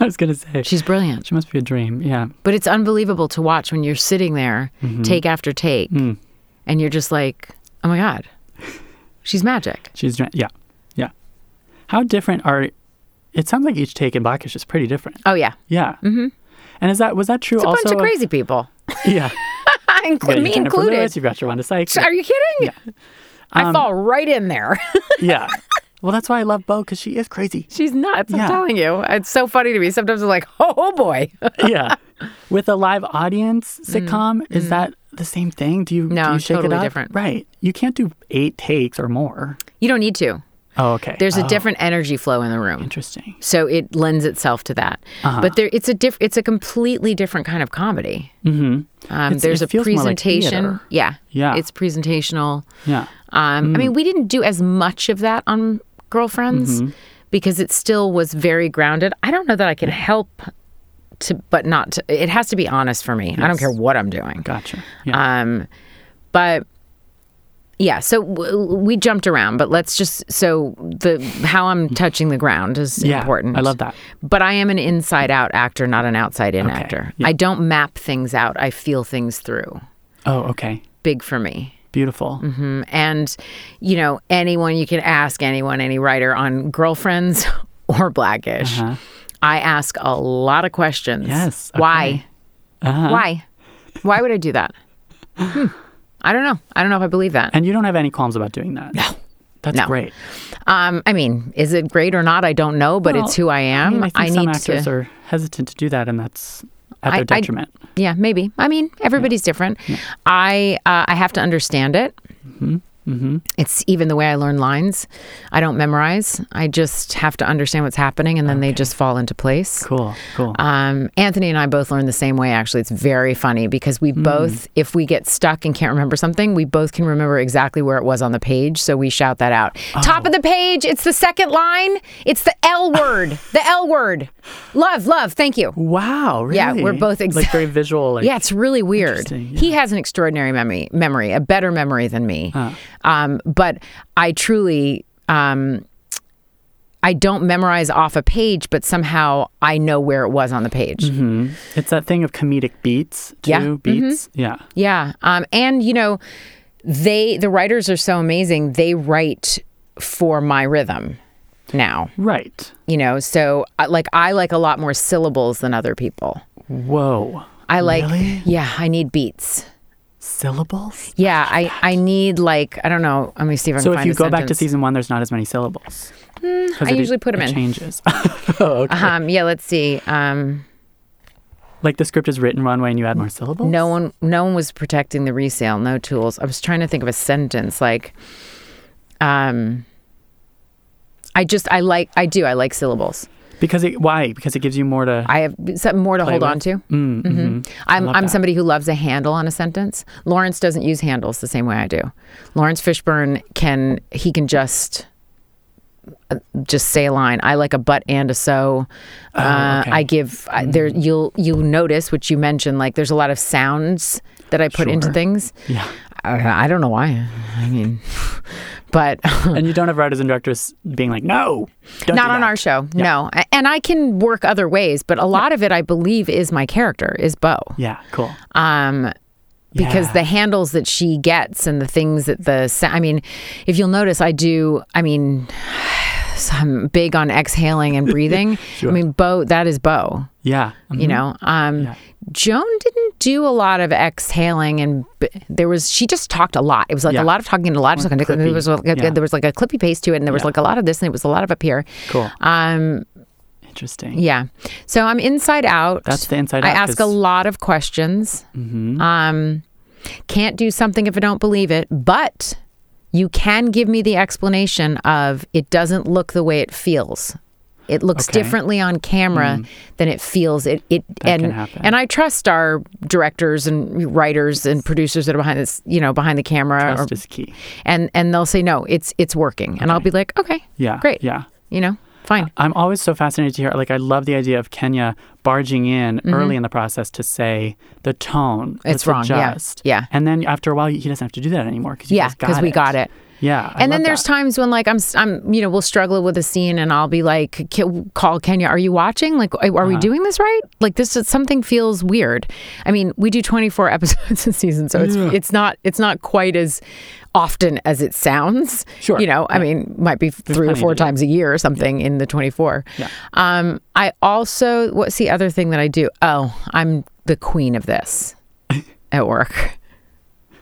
Speaker 1: I was gonna say
Speaker 2: She's brilliant.
Speaker 1: she must be a dream. Yeah, mm-hmm.
Speaker 2: But it's unbelievable to watch when you're sitting there, take after take,
Speaker 1: Mm,
Speaker 2: and you're just like, oh my God, she's magic.
Speaker 1: she's dra- yeah, yeah. How different are? It sounds like each take in Blackish is pretty different.
Speaker 2: Oh, yeah.
Speaker 1: Yeah. Mm-hmm. And is that was that true?
Speaker 2: It's a
Speaker 1: also
Speaker 2: bunch of
Speaker 1: of-
Speaker 2: crazy people,
Speaker 1: Yeah.
Speaker 2: inclu-
Speaker 1: Yeah,
Speaker 2: me
Speaker 1: you've Jennifer
Speaker 2: included.
Speaker 1: Lewis, you've got your Wanda Sykes.
Speaker 2: Are you kidding?
Speaker 1: Yeah. Um,
Speaker 2: I fall right in there.
Speaker 1: yeah. Well, that's why I love Bo because she is crazy.
Speaker 2: She's nuts.
Speaker 1: Yeah.
Speaker 2: I'm telling you. It's so funny to me. Sometimes I'm like, oh, oh, boy.
Speaker 1: Yeah. With a live audience sitcom, is that the same thing? Do you do
Speaker 2: Mm. No,
Speaker 1: you shake
Speaker 2: totally
Speaker 1: it up?
Speaker 2: different.
Speaker 1: Right. You can't do eight takes or more.
Speaker 2: You don't need to.
Speaker 1: Oh, okay.
Speaker 2: There's a
Speaker 1: Oh,
Speaker 2: different energy flow in the room.
Speaker 1: Interesting.
Speaker 2: So it lends itself to that. But there it's a diff, it's a completely different kind of comedy. Mm-hmm. Um,
Speaker 1: It's-
Speaker 2: there's
Speaker 1: it
Speaker 2: a
Speaker 1: feels more like
Speaker 2: presentation.
Speaker 1: theater.
Speaker 2: yeah.
Speaker 1: Yeah.
Speaker 2: It's presentational.
Speaker 1: Yeah.
Speaker 2: Um, I mean, we didn't do as much of that on Girlfriends because it still was very grounded. I don't know that I can help to, but not to, it has to be honest for me. I don't care what I'm doing.
Speaker 1: Gotcha. Yeah.
Speaker 2: Um, but yeah, so w- we jumped around, but let's just so the how I'm touching the ground is
Speaker 1: Yeah,
Speaker 2: important.
Speaker 1: I love that.
Speaker 2: But I am an inside out actor, not an outside in actor.
Speaker 1: yeah.
Speaker 2: I don't map things out. I feel things through.
Speaker 1: oh, okay.
Speaker 2: Big for me.
Speaker 1: Beautiful.
Speaker 2: Mm, And you know, anyone you can ask anyone, any writer on girlfriends or blackish.
Speaker 1: Uh-huh.
Speaker 2: I ask a lot of questions.
Speaker 1: Yes, okay. Uh-huh.
Speaker 2: Why? Why? Why would I do that? Hmm. I don't know. I don't know if I believe that.
Speaker 1: And you don't have any qualms about doing that. No. That's
Speaker 2: No.
Speaker 1: great.
Speaker 2: Um, I mean, is it great or not? I don't know, but
Speaker 1: Well,
Speaker 2: it's who I
Speaker 1: I,
Speaker 2: am.
Speaker 1: mean, I think some
Speaker 2: need
Speaker 1: actors
Speaker 2: to.
Speaker 1: are hesitant to do that, and that's at
Speaker 2: I-
Speaker 1: their
Speaker 2: I-
Speaker 1: detriment.
Speaker 2: yeah, maybe. I mean, everybody's different. I uh, I have to understand it.
Speaker 1: Mm-hmm.
Speaker 2: It's even the way I learn lines. I don't memorize. I just have to understand what's happening, and then they just fall into place.
Speaker 1: Cool, cool.
Speaker 2: Um, Anthony and I both learn the same way, actually. It's very funny because we both, if we get stuck and can't remember something, we both can remember exactly where it was on the page. So we shout that out. Top of the page, it's the second line. It's the L word. the L word. Love, love. Thank you.
Speaker 1: wow, really?
Speaker 2: yeah, we're both exa-
Speaker 1: like very visual. Like,
Speaker 2: yeah, it's really weird.
Speaker 1: Interesting,
Speaker 2: He has an extraordinary memory, memory, a better memory than me. Um, but I truly, um, I don't memorize off a page, but somehow I know where it was on the page.
Speaker 1: Mm-hmm. it's that thing of comedic beats too.
Speaker 2: Yeah, mhm.
Speaker 1: Beats. Yeah.
Speaker 2: Yeah. Um, and you know, they the writers are so amazing. They write for my rhythm now.
Speaker 1: Right.
Speaker 2: You know, so uh, like I like a lot more syllables than other people.
Speaker 1: Whoa.
Speaker 2: I like
Speaker 1: Really?
Speaker 2: yeah, I need beats.
Speaker 1: Syllables.
Speaker 2: Yeah, I I need like I don't know. Let me see if I can
Speaker 1: So if
Speaker 2: find
Speaker 1: you
Speaker 2: a
Speaker 1: go back to
Speaker 2: sentence. Hmm,
Speaker 1: season one, there's not as many syllables. 'Cause
Speaker 2: I
Speaker 1: it-
Speaker 2: usually put 'em
Speaker 1: it
Speaker 2: in.
Speaker 1: Changes.
Speaker 2: Um, yeah, let's see. Um,
Speaker 1: like the script is written one way and you add more syllables.
Speaker 2: no one, no one was protecting the resale. No tools. I was trying to think of a sentence like, um, I just, I like, I do, I like syllables.
Speaker 1: Because it, why? Because it gives you more to.
Speaker 2: I Mm-hmm. have something more to hold
Speaker 1: with.
Speaker 2: on to.
Speaker 1: Mm, mhm.
Speaker 2: I'm,
Speaker 1: love
Speaker 2: I'm
Speaker 1: that.
Speaker 2: somebody who loves a handle on a sentence. Lawrence doesn't use handles the same way I do. Lawrence Fishburne can, he can just, uh, just say a line. I like a but and a so. uh,
Speaker 1: Oh, okay. Hmm.
Speaker 2: I give I, there. You'll you'll notice which you mentioned. Like there's a lot of sounds that I put into
Speaker 1: Sure.
Speaker 2: things.
Speaker 1: Yeah.
Speaker 2: I, I don't know why. I mean, but
Speaker 1: And you don't have writers and directors being like, no, don't
Speaker 2: not
Speaker 1: do
Speaker 2: on
Speaker 1: that."
Speaker 2: our show. No, A- and I can work other ways. But a lot of it, I believe, is my character is Bo.
Speaker 1: Yeah, cool.
Speaker 2: Um, because
Speaker 1: Yeah.
Speaker 2: the handles that she gets and the things that the sa- I mean, if you'll notice, I do. I mean, I'm big on exhaling and breathing. I mean, Bo, that is Bo.
Speaker 1: Yeah. mm-hmm.
Speaker 2: You know, um, Joan didn't do a lot of exhaling, and b- there was she just talked a lot. It was like
Speaker 1: Yeah.
Speaker 2: a lot of talking and a lot of talking. There was like a,
Speaker 1: clippy, yeah.
Speaker 2: there was like a clippy paste to it, and there was
Speaker 1: Yeah.
Speaker 2: like a lot of this, and it was a lot of up here.
Speaker 1: Cool.
Speaker 2: Um,
Speaker 1: Interesting.
Speaker 2: yeah. So I'm inside out.
Speaker 1: That's the Inside
Speaker 2: I
Speaker 1: Out, mm-hmm.
Speaker 2: ask a
Speaker 1: 'cause-
Speaker 2: lot of questions. Um, can't do something if I don't believe it, but you can give me the explanation of it doesn't look the way it feels. It looks
Speaker 1: Okay. Hmm.
Speaker 2: differently on camera than it feels. It it
Speaker 1: That can
Speaker 2: and
Speaker 1: happen.
Speaker 2: and I trust our directors and writers and producers that are behind this, you know, behind the camera, or,
Speaker 1: Trust is key.
Speaker 2: and and they'll say no, it's it's working, and I'll be like, okay,
Speaker 1: Yeah.
Speaker 2: great,
Speaker 1: Yeah.
Speaker 2: you know, fine.
Speaker 1: I'm always so fascinated to hear. Like, I love the idea of Kenya barging in early in the process to say the tone.
Speaker 2: Mm-hmm.
Speaker 1: let's
Speaker 2: It's wrong, yeah,
Speaker 1: adjust."
Speaker 2: yeah.
Speaker 1: And then after a while, he doesn't have to do that anymore because
Speaker 2: yeah, because we got it.
Speaker 1: Yeah. I
Speaker 2: and then
Speaker 1: love
Speaker 2: there's
Speaker 1: that.
Speaker 2: times when like I'm s- I'm you know we'll struggle with a scene and I'll be like "K- call Kenya are you watching like are
Speaker 1: Uh-huh.
Speaker 2: we doing this right like this is something feels weird I mean we do 24 episodes a season so it's it's not it's not quite as often as it sounds
Speaker 1: Sure.
Speaker 2: you know I mean might be three or
Speaker 1: plenty to
Speaker 2: four
Speaker 1: do.
Speaker 2: times a year or something in the 24
Speaker 1: Yeah.
Speaker 2: um I also what's the other thing that I do oh I'm the queen of this at work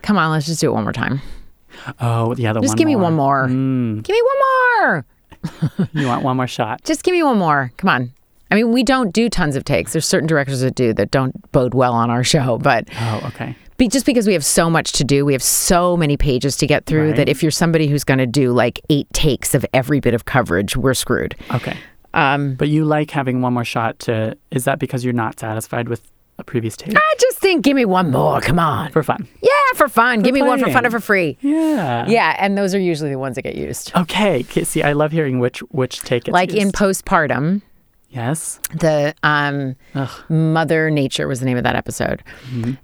Speaker 2: come on let's just do it one more time
Speaker 1: Oh, yeah. The
Speaker 2: just
Speaker 1: one
Speaker 2: give me
Speaker 1: more. Mm-hmm. Mm,
Speaker 2: one more. Give me one more.
Speaker 1: You want one more shot?
Speaker 2: Just give me one more. Come on. I mean, we don't do tons of takes. There's certain directors that do that don't bode well on our show, but
Speaker 1: Oh, okay.
Speaker 2: be, just because we have so much to do, we have so many pages to get through
Speaker 1: Right.
Speaker 2: that if you're somebody who's going to do like eight takes of every bit of coverage, we're screwed.
Speaker 1: Okay.
Speaker 2: Um,
Speaker 1: But you like having one more shot to. Is that because you're not satisfied with a previous take?
Speaker 2: I just think, give me one more. Come on.
Speaker 1: For fun.
Speaker 2: Yeah, for fun. give me one for fun
Speaker 1: playing.
Speaker 2: or for free.
Speaker 1: Yeah.
Speaker 2: Yeah, and those are usually the ones that get used.
Speaker 1: Okay. K- See, I love hearing which which take it's
Speaker 2: Like in
Speaker 1: used.
Speaker 2: postpartum,
Speaker 1: yes.
Speaker 2: the um,
Speaker 1: Ugh.
Speaker 2: Mother Nature was the name of that episode.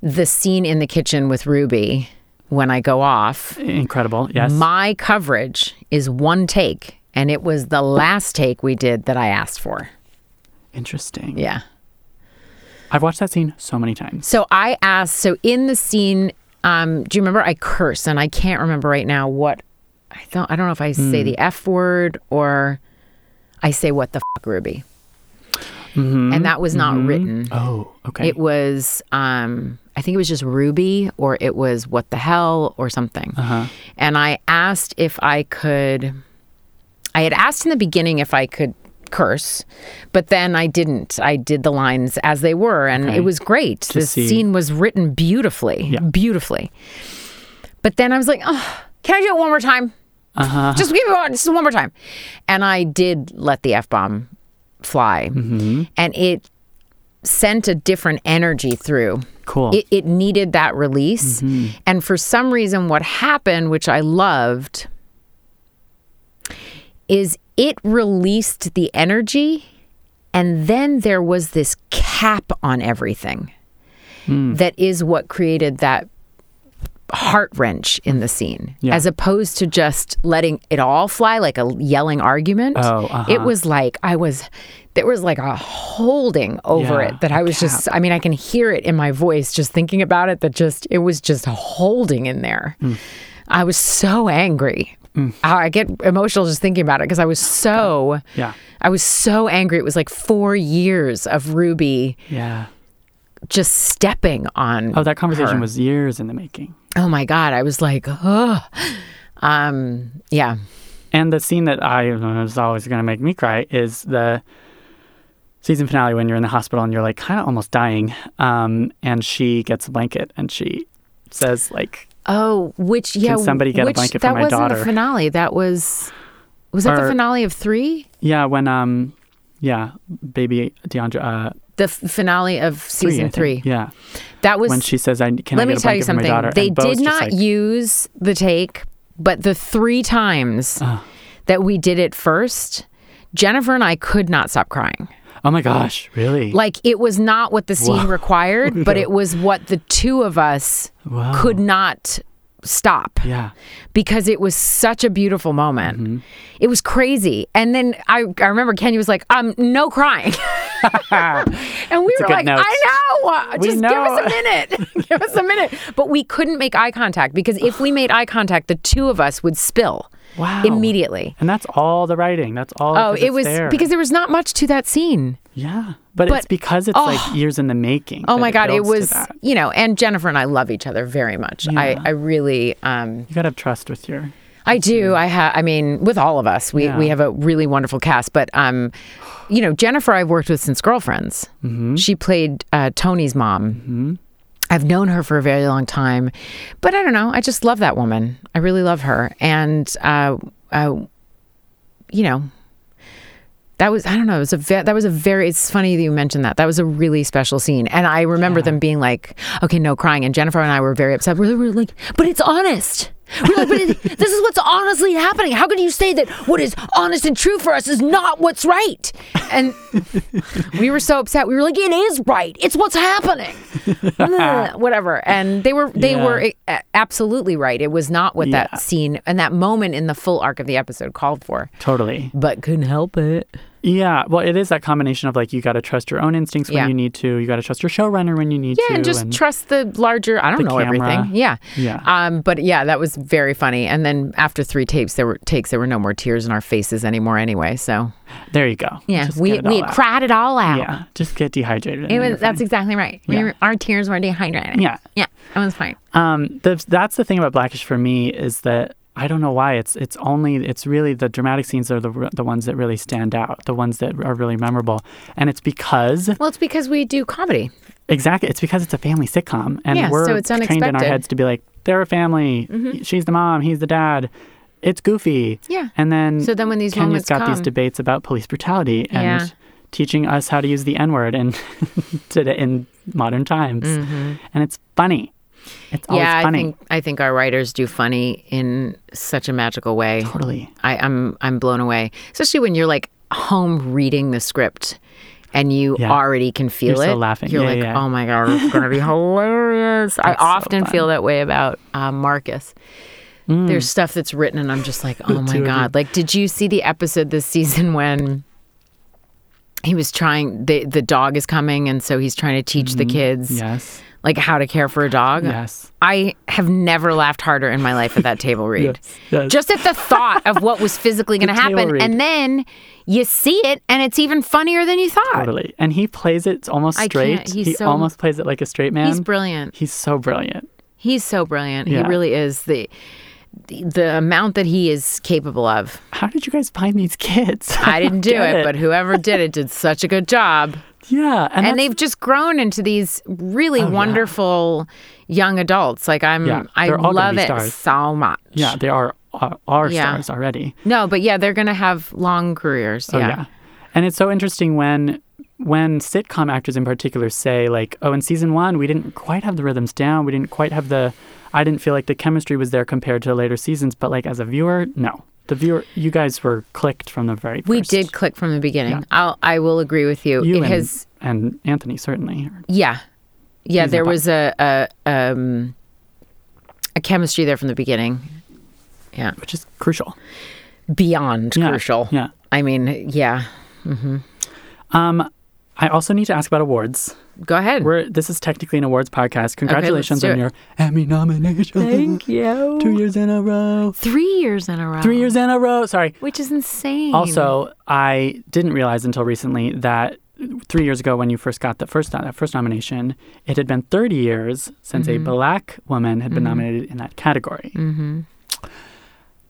Speaker 2: The scene in the kitchen with Ruby when I go off,
Speaker 1: Incredible. Yes.
Speaker 2: my coverage is one take, and it was the last take we did that I asked for.
Speaker 1: Interesting.
Speaker 2: Yeah.
Speaker 1: I've watched that scene so many times.
Speaker 2: So I asked, so in the scene, um, do you remember I curse and I can't remember right now what I thought, I don't know if I say the F word or I say what the fuck, Ruby. And that was not written.
Speaker 1: Oh, okay.
Speaker 2: It was, um, I think it was just Ruby or it was What the Hell or something.
Speaker 1: Uh-huh.
Speaker 2: And I asked if I could, I had asked in the beginning if I could curse, but then I didn't. I did the lines as they were and
Speaker 1: Okay.
Speaker 2: it was great. the
Speaker 1: see-
Speaker 2: scene was written beautifully,
Speaker 1: Yeah.
Speaker 2: beautifully. But then I was like, oh, Can I do it one more time? Uh-huh. Just give me one, just one more time. And I did let the F bomb fly.
Speaker 1: Mm-hmm.
Speaker 2: And it sent a different energy through.
Speaker 1: Cool. Mm-hmm.
Speaker 2: It, it needed that release. And for some reason, what happened, which I loved, is it released the energy. And then there was this cap on everything
Speaker 1: Hmm.
Speaker 2: that is what created that heart wrench in the scene
Speaker 1: Yeah.
Speaker 2: as opposed to just letting it all fly like a yelling argument
Speaker 1: Oh, uh-huh.
Speaker 2: it was like i was there was like a holding over
Speaker 1: Yeah,
Speaker 2: it that i was just i mean i can hear it in my voice just thinking about it that just it was just holding in there
Speaker 1: Hmm.
Speaker 2: i was so angry I I get emotional just thinking about it because I was so,
Speaker 1: Yeah.
Speaker 2: I was so angry. It was like four years of Ruby
Speaker 1: Yeah.
Speaker 2: just stepping on.
Speaker 1: Oh, that conversation
Speaker 2: her.
Speaker 1: was years in the making.
Speaker 2: Oh my god, I was like, oh, um, yeah,
Speaker 1: And the scene that I was always going to make me cry is the season finale when you're in the hospital and you're like kind of almost dying. Um, and she gets a blanket and she says like,
Speaker 2: oh, which yeah,
Speaker 1: somebody get a
Speaker 2: which,
Speaker 1: blanket for
Speaker 2: that
Speaker 1: my
Speaker 2: wasn't
Speaker 1: daughter?
Speaker 2: the finale. That was was that
Speaker 1: Or-
Speaker 2: the finale of three?
Speaker 1: yeah, when um, yeah, baby DeAndre, uh,
Speaker 2: The f- finale of
Speaker 1: three, I
Speaker 2: season
Speaker 1: think.
Speaker 2: three.
Speaker 1: Yeah,
Speaker 2: That was.
Speaker 1: when she says, "I can I
Speaker 2: let me
Speaker 1: get a
Speaker 2: tell
Speaker 1: blanket
Speaker 2: you
Speaker 1: for my
Speaker 2: something.
Speaker 1: daughter."
Speaker 2: They
Speaker 1: and Bo's
Speaker 2: did
Speaker 1: just
Speaker 2: not
Speaker 1: like,
Speaker 2: use the take, but the three times
Speaker 1: Uh.
Speaker 2: that we did it first, Jennifer and I could not stop crying.
Speaker 1: Oh my gosh, really?
Speaker 2: Like it was not what the scene required, but it was what the two of us
Speaker 1: Wow.
Speaker 2: could not stop
Speaker 1: yeah,
Speaker 2: because it was such a beautiful moment.
Speaker 1: Mm-hmm.
Speaker 2: It was crazy. And then I, I remember Kenny was like, um, no crying. and we
Speaker 1: a
Speaker 2: were
Speaker 1: good
Speaker 2: like,
Speaker 1: note.
Speaker 2: I know. Uh,
Speaker 1: We
Speaker 2: Just give us
Speaker 1: know."
Speaker 2: a minute. give us a minute. But we couldn't make eye contact because if we made eye contact, the two of us would spill
Speaker 1: Wow.
Speaker 2: immediately.
Speaker 1: and that's all the writing. That's all.
Speaker 2: Oh,
Speaker 1: because
Speaker 2: it
Speaker 1: it's
Speaker 2: was
Speaker 1: there.
Speaker 2: because there was not much to that scene.
Speaker 1: yeah, but, it's
Speaker 2: but-
Speaker 1: because it's like years in the making.
Speaker 2: Oh
Speaker 1: that
Speaker 2: my God. It
Speaker 1: builds to
Speaker 2: was,
Speaker 1: that.
Speaker 2: you know, and Jennifer and I love each other very much. I,
Speaker 1: Yeah.
Speaker 2: I really, um,
Speaker 1: You gotta have trust with your
Speaker 2: I do. I have. I mean, with all of us, we we
Speaker 1: Yeah.
Speaker 2: have a really wonderful cast. But um, you know, Jennifer, I've worked with since Girlfriends. She played uh, Tony's mom. I've known her for a very long time, but I don't know. I just love that woman. I really love her, and uh, uh, you know. That was I don't know. It was a ve- that was a very. It's funny that you mentioned that. That was a really special scene, and I remember them being like, "Okay, no crying." And Jennifer and I were very upset. We were like, "But it's honest. We're like, but it, this is what's honestly happening. How can you say that what is honest and true for us is not what's right?" And we were so upset. We were like, "It is right. It's what's happening." Whatever. And they were they
Speaker 1: Yeah.
Speaker 2: were a- absolutely right. It was not what
Speaker 1: Yeah.
Speaker 2: that scene and that moment in the full arc of the episode called for,
Speaker 1: totally.
Speaker 2: but couldn't help it.
Speaker 1: Yeah, well, it is that combination of like you got to trust your own instincts when
Speaker 2: Yeah.
Speaker 1: you need to, you got to trust your showrunner when you need to,
Speaker 2: Yeah, and just trust the larger. I don't
Speaker 1: the
Speaker 2: know
Speaker 1: camera.
Speaker 2: everything. Yeah.
Speaker 1: Yeah.
Speaker 2: Um. But yeah, that was very funny. And then after three tapes, there were takes. There were no more tears in our faces anymore. Anyway, so
Speaker 1: there you go.
Speaker 2: yeah,
Speaker 1: Just
Speaker 2: we
Speaker 1: get it
Speaker 2: we
Speaker 1: all
Speaker 2: had
Speaker 1: out.
Speaker 2: cried it all out.
Speaker 1: Yeah, just get dehydrated. and
Speaker 2: It
Speaker 1: then
Speaker 2: was,
Speaker 1: you're
Speaker 2: that's
Speaker 1: fine.
Speaker 2: exactly right.
Speaker 1: Yeah.
Speaker 2: We were, our tears were dehydrated.
Speaker 1: Yeah.
Speaker 2: Yeah. It was fine.
Speaker 1: um, the, that's the thing about Blackish for me is that I don't know why it's it's only it's really the dramatic scenes are the the ones that really stand out, the ones that are really memorable, and it's because
Speaker 2: Well, it's because we do comedy.
Speaker 1: Exactly. It's because it's a family sitcom, and
Speaker 2: Yeah,
Speaker 1: we're
Speaker 2: so it's
Speaker 1: trained in our
Speaker 2: unexpected. Mm-hmm.
Speaker 1: heads to be like, they're a family. She's the mom. He's the dad. It's goofy.
Speaker 2: Yeah.
Speaker 1: And then
Speaker 2: So then when these
Speaker 1: Kenya's
Speaker 2: moments
Speaker 1: got these
Speaker 2: come-
Speaker 1: debates about police brutality and
Speaker 2: Yeah.
Speaker 1: teaching us how to use the N word in today in modern times, and it's funny. It's always
Speaker 2: Mm-hmm. yeah,
Speaker 1: funny.
Speaker 2: I think I think our writers do funny in such a magical way.
Speaker 1: totally.
Speaker 2: I, I'm I'm blown away, especially when you're like home reading the script and you
Speaker 1: Yeah.
Speaker 2: already can feel
Speaker 1: You're
Speaker 2: it.
Speaker 1: still laughing.
Speaker 2: You're
Speaker 1: Yeah,
Speaker 2: like,
Speaker 1: yeah.
Speaker 2: oh my god, it's gonna be hilarious. I
Speaker 1: so
Speaker 2: often
Speaker 1: fun. Mm.
Speaker 2: feel that way about uh, Marcus. There's stuff that's written, and I'm just like, oh my
Speaker 1: two of
Speaker 2: god! Like, did you see the episode this season when? He was trying. The, the dog is coming, and so he's trying to teach the kids
Speaker 1: Yes.
Speaker 2: like how to care for a dog.
Speaker 1: Mm-hmm. Yes.
Speaker 2: I have never laughed harder in my life at that table read.
Speaker 1: Yes, yes.
Speaker 2: Just at the thought of what was physically going to
Speaker 1: table
Speaker 2: happen.
Speaker 1: read.
Speaker 2: And then you see it and it's even funnier than you thought.
Speaker 1: Totally. And he plays it almost
Speaker 2: I
Speaker 1: straight.
Speaker 2: can't- he's
Speaker 1: he
Speaker 2: so-
Speaker 1: almost plays it like a straight man.
Speaker 2: He's brilliant.
Speaker 1: He's so brilliant.
Speaker 2: He's so brilliant.
Speaker 1: Yeah.
Speaker 2: He really is the, the the amount that he is capable of.
Speaker 1: How did you guys find these kids?
Speaker 2: I didn't do
Speaker 1: Get
Speaker 2: it, but whoever did it did such a good job.
Speaker 1: Yeah, and,
Speaker 2: and
Speaker 1: that's-
Speaker 2: they've just grown into these really wonderful young adults. Like I'm,
Speaker 1: Oh, Yeah,
Speaker 2: I
Speaker 1: they're all gonna
Speaker 2: love
Speaker 1: be
Speaker 2: it
Speaker 1: stars.
Speaker 2: so much.
Speaker 1: yeah they are are, are
Speaker 2: Yeah.
Speaker 1: stars already.
Speaker 2: No, but yeah, they're gonna have long careers.
Speaker 1: Oh,
Speaker 2: yeah.
Speaker 1: And it's so interesting when when sitcom actors in particular say like, "Oh, in season 1, we didn't quite have the rhythms down. We didn't quite have the I didn't feel like the chemistry was there compared to later seasons, but like as a viewer, no. The viewer you guys were clicked from the very first.
Speaker 2: We did click from the beginning. I'll, I will agree with you.
Speaker 1: You
Speaker 2: it
Speaker 1: and,
Speaker 2: has,
Speaker 1: and Anthony certainly.
Speaker 2: yeah, yeah.
Speaker 1: He's a
Speaker 2: There
Speaker 1: bi-
Speaker 2: was a a, um, a chemistry there from the beginning. Yeah,
Speaker 1: Which is crucial.
Speaker 2: beyond
Speaker 1: Yeah,
Speaker 2: crucial.
Speaker 1: yeah.
Speaker 2: I mean, yeah.
Speaker 1: Um, I also need to ask about awards.
Speaker 2: Go ahead.
Speaker 1: We're this is technically an awards podcast. Congratulations
Speaker 2: do
Speaker 1: on
Speaker 2: it.
Speaker 1: your Emmy nomination.
Speaker 2: you.
Speaker 1: Two years in a row.
Speaker 2: Three years in a row.
Speaker 1: Three years in a row. Sorry.
Speaker 2: which is insane.
Speaker 1: Also, I didn't realize until recently that three years ago, when you first got the first that first nomination, it had been 30 years since
Speaker 2: Mm-hmm.
Speaker 1: a black woman had been nominated in that category. Mm-hmm.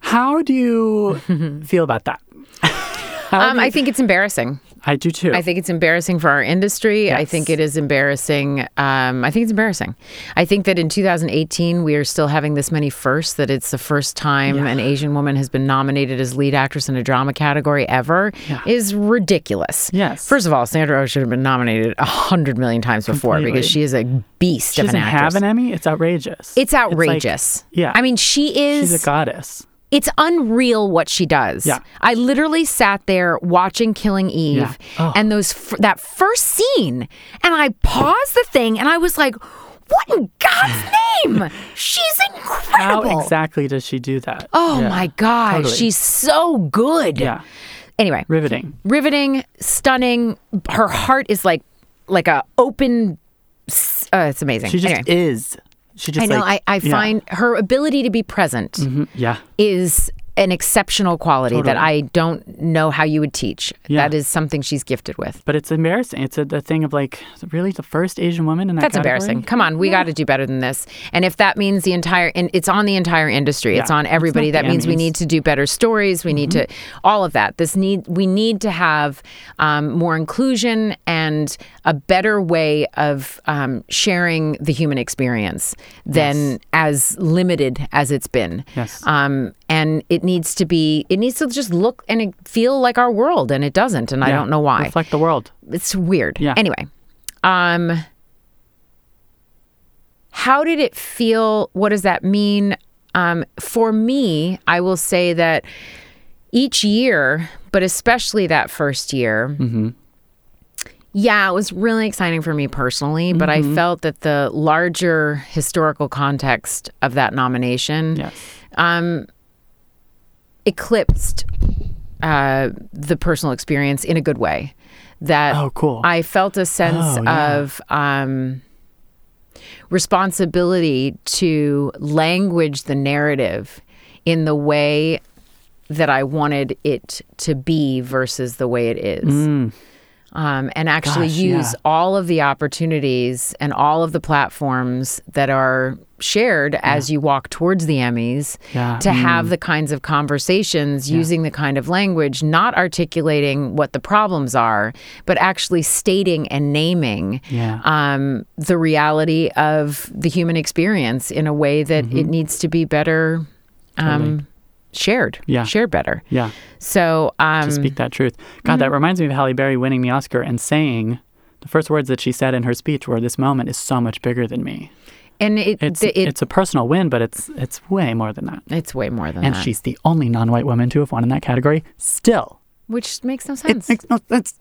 Speaker 1: How do you feel about that? How
Speaker 2: Um,
Speaker 1: do you-
Speaker 2: I think it's embarrassing.
Speaker 1: I do too.
Speaker 2: I think it's embarrassing for our industry. I think
Speaker 1: Yes.
Speaker 2: it is embarrassing. Um, I think it's embarrassing. I think that in 2018, we are still having this many firsts, that it's the first time an Asian woman has been nominated as lead actress in a drama category ever is ridiculous.
Speaker 1: Yes.
Speaker 2: First of all, Sandra Oh should have been nominated a hundred million times before
Speaker 1: Completely.
Speaker 2: because she is a beast
Speaker 1: she
Speaker 2: of an
Speaker 1: doesn't
Speaker 2: actress.
Speaker 1: have an Emmy. It's outrageous.
Speaker 2: it's
Speaker 1: like-
Speaker 2: outrageous.
Speaker 1: yeah.
Speaker 2: I mean, she is
Speaker 1: she's a goddess.
Speaker 2: it's unreal what she does.
Speaker 1: Yeah.
Speaker 2: I literally sat there watching Killing Eve
Speaker 1: Yeah. Oh.
Speaker 2: and those f- that first scene, and I paused the thing and I was like, "What in God's name? She's
Speaker 1: How
Speaker 2: incredible!"
Speaker 1: exactly does she do that?
Speaker 2: Oh
Speaker 1: Yeah.
Speaker 2: my God,
Speaker 1: Totally.
Speaker 2: she's so good.
Speaker 1: Yeah.
Speaker 2: Anyway,
Speaker 1: Riveting.
Speaker 2: riveting, stunning. Her heart is like like a open. s- Uh, it's amazing.
Speaker 1: She just
Speaker 2: Anyway.
Speaker 1: is. She just.
Speaker 2: I know.
Speaker 1: like-
Speaker 2: I, I
Speaker 1: yeah.
Speaker 2: find her ability to be present
Speaker 1: Mhm. Yeah.
Speaker 2: is an exceptional quality that
Speaker 1: Totally.
Speaker 2: I don't know how you would teach.
Speaker 1: Yeah.
Speaker 2: That is something she's gifted with.
Speaker 1: But it's embarrassing. It's a, the thing of like, really, the first Asian woman in that
Speaker 2: That's
Speaker 1: category?
Speaker 2: embarrassing. Come on, we got to do better than this. And if that means the entire, and it's on the entire industry, it's
Speaker 1: Yeah.
Speaker 2: on
Speaker 1: It's not
Speaker 2: everybody. That
Speaker 1: the
Speaker 2: means we
Speaker 1: Emmys. Mm-hmm.
Speaker 2: need to do better stories. We need to, all of that. This need we need to have um, more inclusion and a better way of um, sharing the human experience than as limited as it's been.
Speaker 1: Yes.
Speaker 2: um, and it needs to be it needs to just look and it feel like our world and it doesn't and i
Speaker 1: Yeah.
Speaker 2: don't know why
Speaker 1: Reflect the world.
Speaker 2: it's weird
Speaker 1: Yeah.
Speaker 2: anyway um how did it feel what does that mean um for me i will say that each year but especially that first year yeah, it was really exciting for me personally, but I felt that the larger historical context of that nomination
Speaker 1: Yes.
Speaker 2: eclipsed uh, the personal experience in a good way. That
Speaker 1: Oh, cool.
Speaker 2: I felt a sense
Speaker 1: Oh, yeah.
Speaker 2: of um, responsibility to language the narrative in the way that I wanted it to be versus the way it is. Um, and actually
Speaker 1: Mm. Gosh,
Speaker 2: use
Speaker 1: yeah.
Speaker 2: all of the opportunities and all of the platforms that are shared as you walk towards the Emmys
Speaker 1: Yeah, Mm.
Speaker 2: to have the kinds of conversations using the kind of language, not articulating what the problems are, but actually stating and naming
Speaker 1: Yeah.
Speaker 2: um, the reality of the human experience in a way that it
Speaker 1: Mm-hmm.
Speaker 2: needs to be better um, shared.
Speaker 1: Yeah.
Speaker 2: Shared better.
Speaker 1: yeah.
Speaker 2: So, um,
Speaker 1: To speak that truth. God,
Speaker 2: Mm-hmm.
Speaker 1: that reminds me of Halle Berry winning the Oscar and saying the first words that she said in her speech were, "This moment is so much bigger than me."
Speaker 2: and it,
Speaker 1: It's
Speaker 2: the- it,
Speaker 1: it's a personal win, but it's it's way more than that.
Speaker 2: it's way more than
Speaker 1: And
Speaker 2: that,
Speaker 1: she's the only non-white woman to have won in that category. Still,
Speaker 2: which makes no
Speaker 1: it
Speaker 2: sense.
Speaker 1: makes no sense.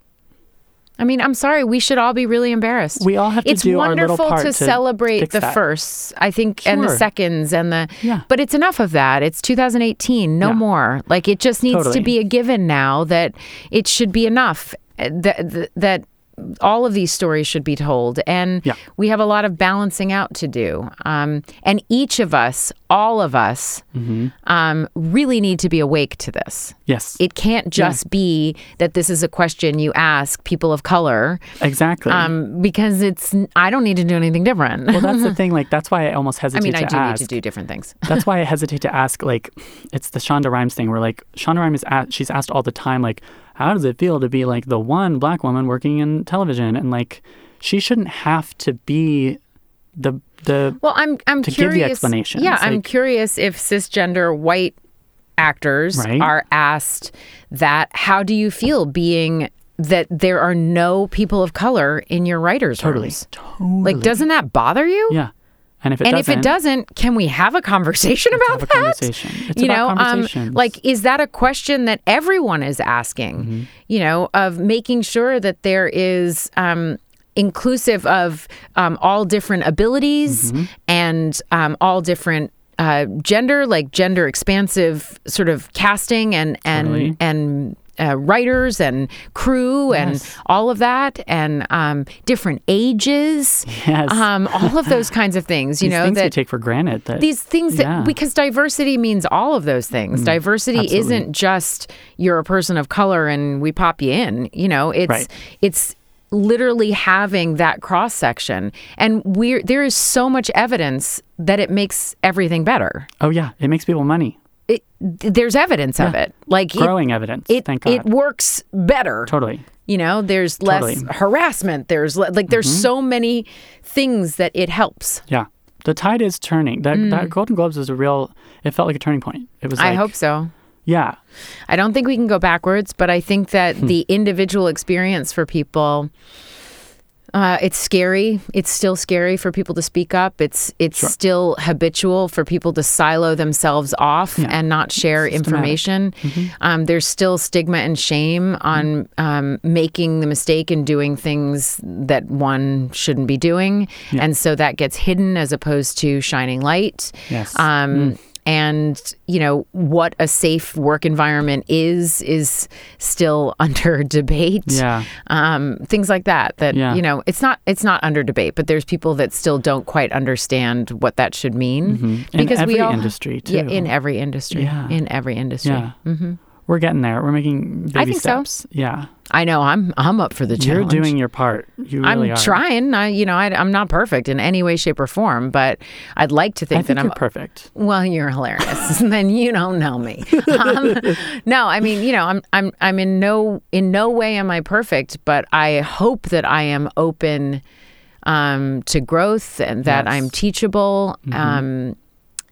Speaker 2: I mean, I'm sorry. We should all be really embarrassed.
Speaker 1: We all have to
Speaker 2: it's
Speaker 1: do our little
Speaker 2: wonderful
Speaker 1: part
Speaker 2: to,
Speaker 1: to
Speaker 2: celebrate
Speaker 1: fix
Speaker 2: the
Speaker 1: that.
Speaker 2: firsts, I think, and the
Speaker 1: Sure.
Speaker 2: seconds and the.
Speaker 1: Yeah.
Speaker 2: But it's enough of that. It's 2018, no
Speaker 1: Yeah.
Speaker 2: more. Like it just needs
Speaker 1: Totally.
Speaker 2: to be a given now that it should be enough. uh, That that- that all of these stories should be told, and
Speaker 1: Yeah.
Speaker 2: we have a lot of balancing out to do. Um, and each of us, all of us,
Speaker 1: Mm-hmm.
Speaker 2: um, really need to be awake to this.
Speaker 1: Yes,
Speaker 2: It can't just be that this is a question you ask people of color
Speaker 1: exactly.
Speaker 2: um, because it's I don't need to do anything different.
Speaker 1: well, that's the thing. Like, that's why I almost
Speaker 2: I
Speaker 1: hesitate
Speaker 2: mean, I
Speaker 1: to
Speaker 2: do
Speaker 1: ask.
Speaker 2: need to do different things.
Speaker 1: That's why I hesitate to ask. Like, it's the Shonda Rhimes thing, where like Shonda Rhimes, a she's asked all the time, like, how does it feel to be like the one black woman working in television? And like, she shouldn't have to be the the
Speaker 2: Well, I'm I'm
Speaker 1: To give the
Speaker 2: curious.
Speaker 1: explanation.
Speaker 2: Yeah,
Speaker 1: It's
Speaker 2: I'm
Speaker 1: like-
Speaker 2: curious if cisgender white actors
Speaker 1: Right.
Speaker 2: are asked that. How do you feel being that there are no people of color in your writers'
Speaker 1: totally
Speaker 2: rooms?
Speaker 1: totally
Speaker 2: Like, doesn't that bother you?
Speaker 1: yeah. And if it
Speaker 2: and if
Speaker 1: doesn't,
Speaker 2: it doesn't, can we have a conversation about
Speaker 1: have a
Speaker 2: that?
Speaker 1: conversation. It's
Speaker 2: you
Speaker 1: about
Speaker 2: know,
Speaker 1: conversations.
Speaker 2: Um, like, is that a question that everyone is asking?
Speaker 1: Mm-hmm.
Speaker 2: You know, of making sure that there is um, inclusive of um, all different abilities
Speaker 1: Mm-hmm.
Speaker 2: and um, all different. Uh, gender, like gender expansive sort of casting and and
Speaker 1: Totally.
Speaker 2: and uh, writers and crew and all of that and um, different ages,
Speaker 1: Yes.
Speaker 2: um, all of those kinds of things. You
Speaker 1: these
Speaker 2: know
Speaker 1: things we
Speaker 2: that
Speaker 1: take for granted that
Speaker 2: these things that
Speaker 1: Yeah. Mm-hmm.
Speaker 2: because diversity means all of those things. diversity
Speaker 1: absolutely.
Speaker 2: isn't just you're a person of color and we pop you in. You know, it's
Speaker 1: Right.
Speaker 2: it's literally having that cross section, and we're there is so much evidence that it makes everything better.
Speaker 1: oh yeah, it makes people money.
Speaker 2: It, there's evidence of it, like it-
Speaker 1: Growing evidence.
Speaker 2: It,
Speaker 1: thank God.
Speaker 2: it works better.
Speaker 1: totally.
Speaker 2: You know, there's less
Speaker 1: Totally. Mm-hmm.
Speaker 2: harassment. There's le- like there's so many things that it helps.
Speaker 1: Yeah. The tide is turning. That that Golden Globes was a real it felt like a turning point. It was
Speaker 2: Mm. I
Speaker 1: like,
Speaker 2: hope so.
Speaker 1: Yeah.
Speaker 2: I don't think we can go backwards, but I think that the individual experience for people uh, it's scary. It's still scary for people to speak up. It's it's still habitual for people to silo themselves off and not share information. Um, there's still stigma and shame on um, making the mistake and doing things that one shouldn't be doing, and so that gets hidden as opposed to shining light
Speaker 1: Yes.
Speaker 2: um, and you know what a safe work environment is is still under debate
Speaker 1: Yeah.
Speaker 2: um, things like that that
Speaker 1: Yeah.
Speaker 2: you know it's not it's not under debate but there's people that still don't quite understand what that should mean
Speaker 1: In every industry,
Speaker 2: yeah
Speaker 1: Mm-hmm. too.
Speaker 2: in every industry
Speaker 1: Yeah.
Speaker 2: in every industry
Speaker 1: Yeah. Mm-hmm. We're getting there. We're making baby
Speaker 2: think so.
Speaker 1: steps. Yeah.
Speaker 2: I know I'm I'm up for the challenge
Speaker 1: You're doing your part. You really
Speaker 2: I'm
Speaker 1: are.
Speaker 2: trying I you know I, I'm not perfect in any way shape or form but I'd like to
Speaker 1: I
Speaker 2: think,
Speaker 1: think
Speaker 2: that
Speaker 1: you're
Speaker 2: I'm
Speaker 1: perfect.
Speaker 2: Well, you're hilarious. then you don't know me. Um, no, I mean, you know, I'm I'm I'm in no in no way am I perfect, but I hope that I am open um, to growth and that
Speaker 1: Yes.
Speaker 2: I'm teachable. Um,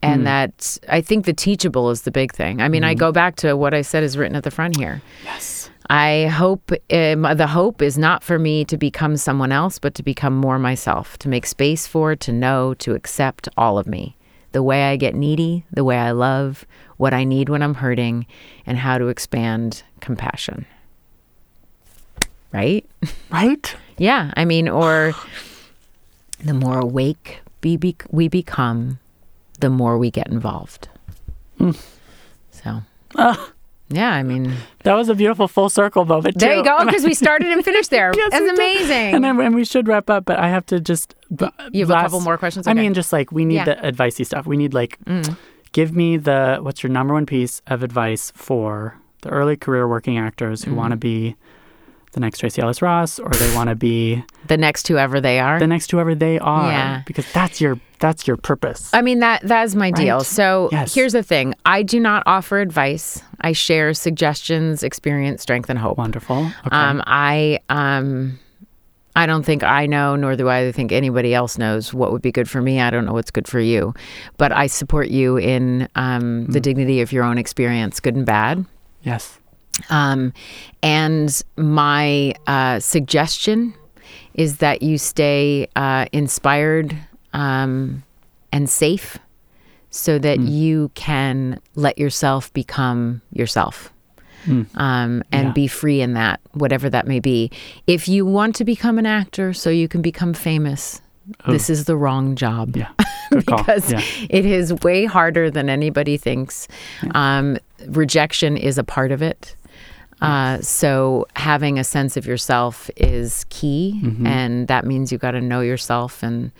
Speaker 2: and that I think the teachable is the big thing. I mean, I go back to what I said is written at the front here.
Speaker 1: Yes.
Speaker 2: I hope um, the hope is not for me to become someone else, but to become more myself, to make space for, to know, to accept all of me. The way I get needy, the way I love, what I need when I'm hurting, and how to expand compassion. Right?
Speaker 1: Right?
Speaker 2: Yeah. I mean, or the more awake be, be, we become, the more we get involved. So, yeah, I mean.
Speaker 1: That was a beautiful full circle moment.
Speaker 2: There
Speaker 1: too.
Speaker 2: you go, because we started and finished there. That's amazing.
Speaker 1: And, then, and we should wrap up, but I have to just. b-
Speaker 2: You have a couple more questions?
Speaker 1: I
Speaker 2: Okay. Mm.
Speaker 1: mean, just like we need
Speaker 2: Yeah.
Speaker 1: the advicey stuff. We need like, give me the what's your number one piece of advice for the early career working actors who
Speaker 2: Mm.
Speaker 1: want to be the next Tracy Ellis Ross or they want to be
Speaker 2: the next whoever they are.
Speaker 1: the next whoever they are
Speaker 2: Yeah. Uh,
Speaker 1: because that's your that's your purpose.
Speaker 2: I mean that that is my deal. So
Speaker 1: Yes.
Speaker 2: here's the thing: I do not offer advice. I share suggestions, experience, strength, and hope.
Speaker 1: Wonderful. Okay.
Speaker 2: Um, I um, I don't think I know, nor do I think anybody else knows what would be good for me. I don't know what's good for you, but I support you in um,
Speaker 1: Mm.
Speaker 2: the dignity of your own experience, good and bad.
Speaker 1: yes.
Speaker 2: Um, and my uh, suggestion is that you stay uh, inspired um, and safe so that you can let yourself become yourself.
Speaker 1: Mm,
Speaker 2: Um, and
Speaker 1: Yeah.
Speaker 2: be free in that, whatever that may be. If you want to become an actor so you can become famous, this is the wrong job
Speaker 1: Yeah. Good call.
Speaker 2: because
Speaker 1: yeah.
Speaker 2: it is way harder than anybody thinks. Um, rejection is a part of it. Uh, so having a sense of yourself is key, and that means you got to know yourself and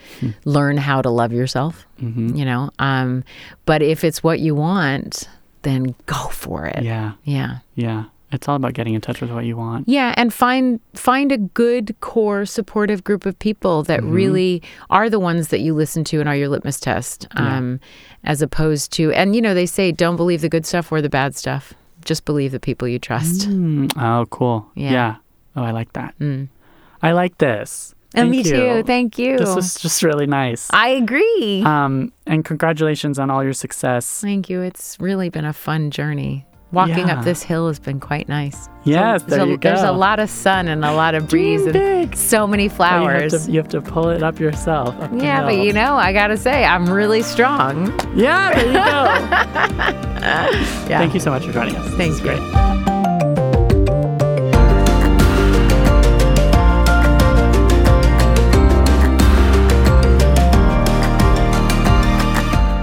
Speaker 2: learn how to love yourself.
Speaker 1: Hmm. Mm-hmm.
Speaker 2: You know, um, but if it's what you want, then go for it.
Speaker 1: Yeah.
Speaker 2: yeah.
Speaker 1: Yeah. It's all about getting in touch with what you want.
Speaker 2: Yeah, and find find a good core supportive group of people that
Speaker 1: Mm-hmm.
Speaker 2: really are the ones that you listen to and are your litmus test, um, as opposed to and you know they say don't believe the good stuff or the bad stuff. Just believe the people you trust.
Speaker 1: Mm, oh, cool.
Speaker 2: Yeah.
Speaker 1: Oh, I like that. I like this.
Speaker 2: and Oh, me
Speaker 1: Thank you.
Speaker 2: too. Thank you.
Speaker 1: This was just really nice.
Speaker 2: I agree.
Speaker 1: Um, and congratulations on all your success.
Speaker 2: Thank you. It's really been a fun journey. Walking
Speaker 1: Yeah.
Speaker 2: up this hill has been quite nice.
Speaker 1: Yes, there
Speaker 2: there's, a,
Speaker 1: you go.
Speaker 2: there's a lot of sun and a lot of breeze
Speaker 1: Dream
Speaker 2: and
Speaker 1: big.
Speaker 2: so many
Speaker 1: Oh, You have,
Speaker 2: flowers.
Speaker 1: to, you have to pull it up yourself. up the
Speaker 2: yeah, but
Speaker 1: hill.
Speaker 2: you know, I gotta say, I'm really strong.
Speaker 1: Yeah, there you go.
Speaker 2: Yeah.
Speaker 1: Thank you so much for joining us.
Speaker 2: Thank
Speaker 1: This is
Speaker 2: you.
Speaker 1: great.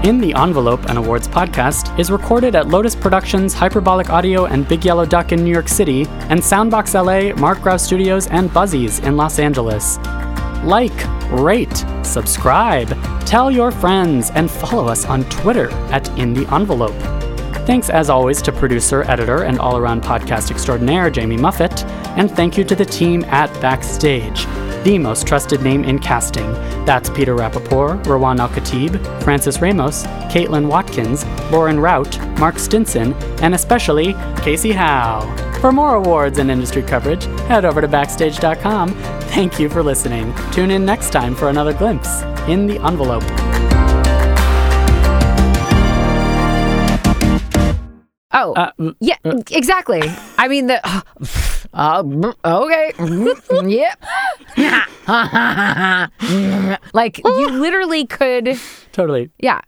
Speaker 1: In the Envelope, an awards podcast, is recorded at Lotus Productions, Hyperbolic Audio, and Big Yellow Duck in New York City, and Soundbox LA, Mark Grau Studios, and Buzzies in Los Angeles. Like, rate, subscribe, tell your friends, and follow us on Twitter at In the Envelope. Thanks, as always, to producer, editor, and all around podcast extraordinaire Jamie Muffett, and thank you to the team at Backstage, the most trusted name in casting. That's Peter Rappaport, Rawan Al Khatib, Francis Ramos, Caitlin Watkins, Lauren Rout, Mark Stinson, and especially Casey Howe. For more awards and industry coverage, head over to Backstage.com. Thank you for listening. Tune in next time for another glimpse in the envelope.
Speaker 2: Oh,
Speaker 1: Uh,
Speaker 2: yeah, exactly. I mean, the. Uh, mm, okay. Mm, yep. like, you literally could.
Speaker 1: Totally.
Speaker 2: Yeah.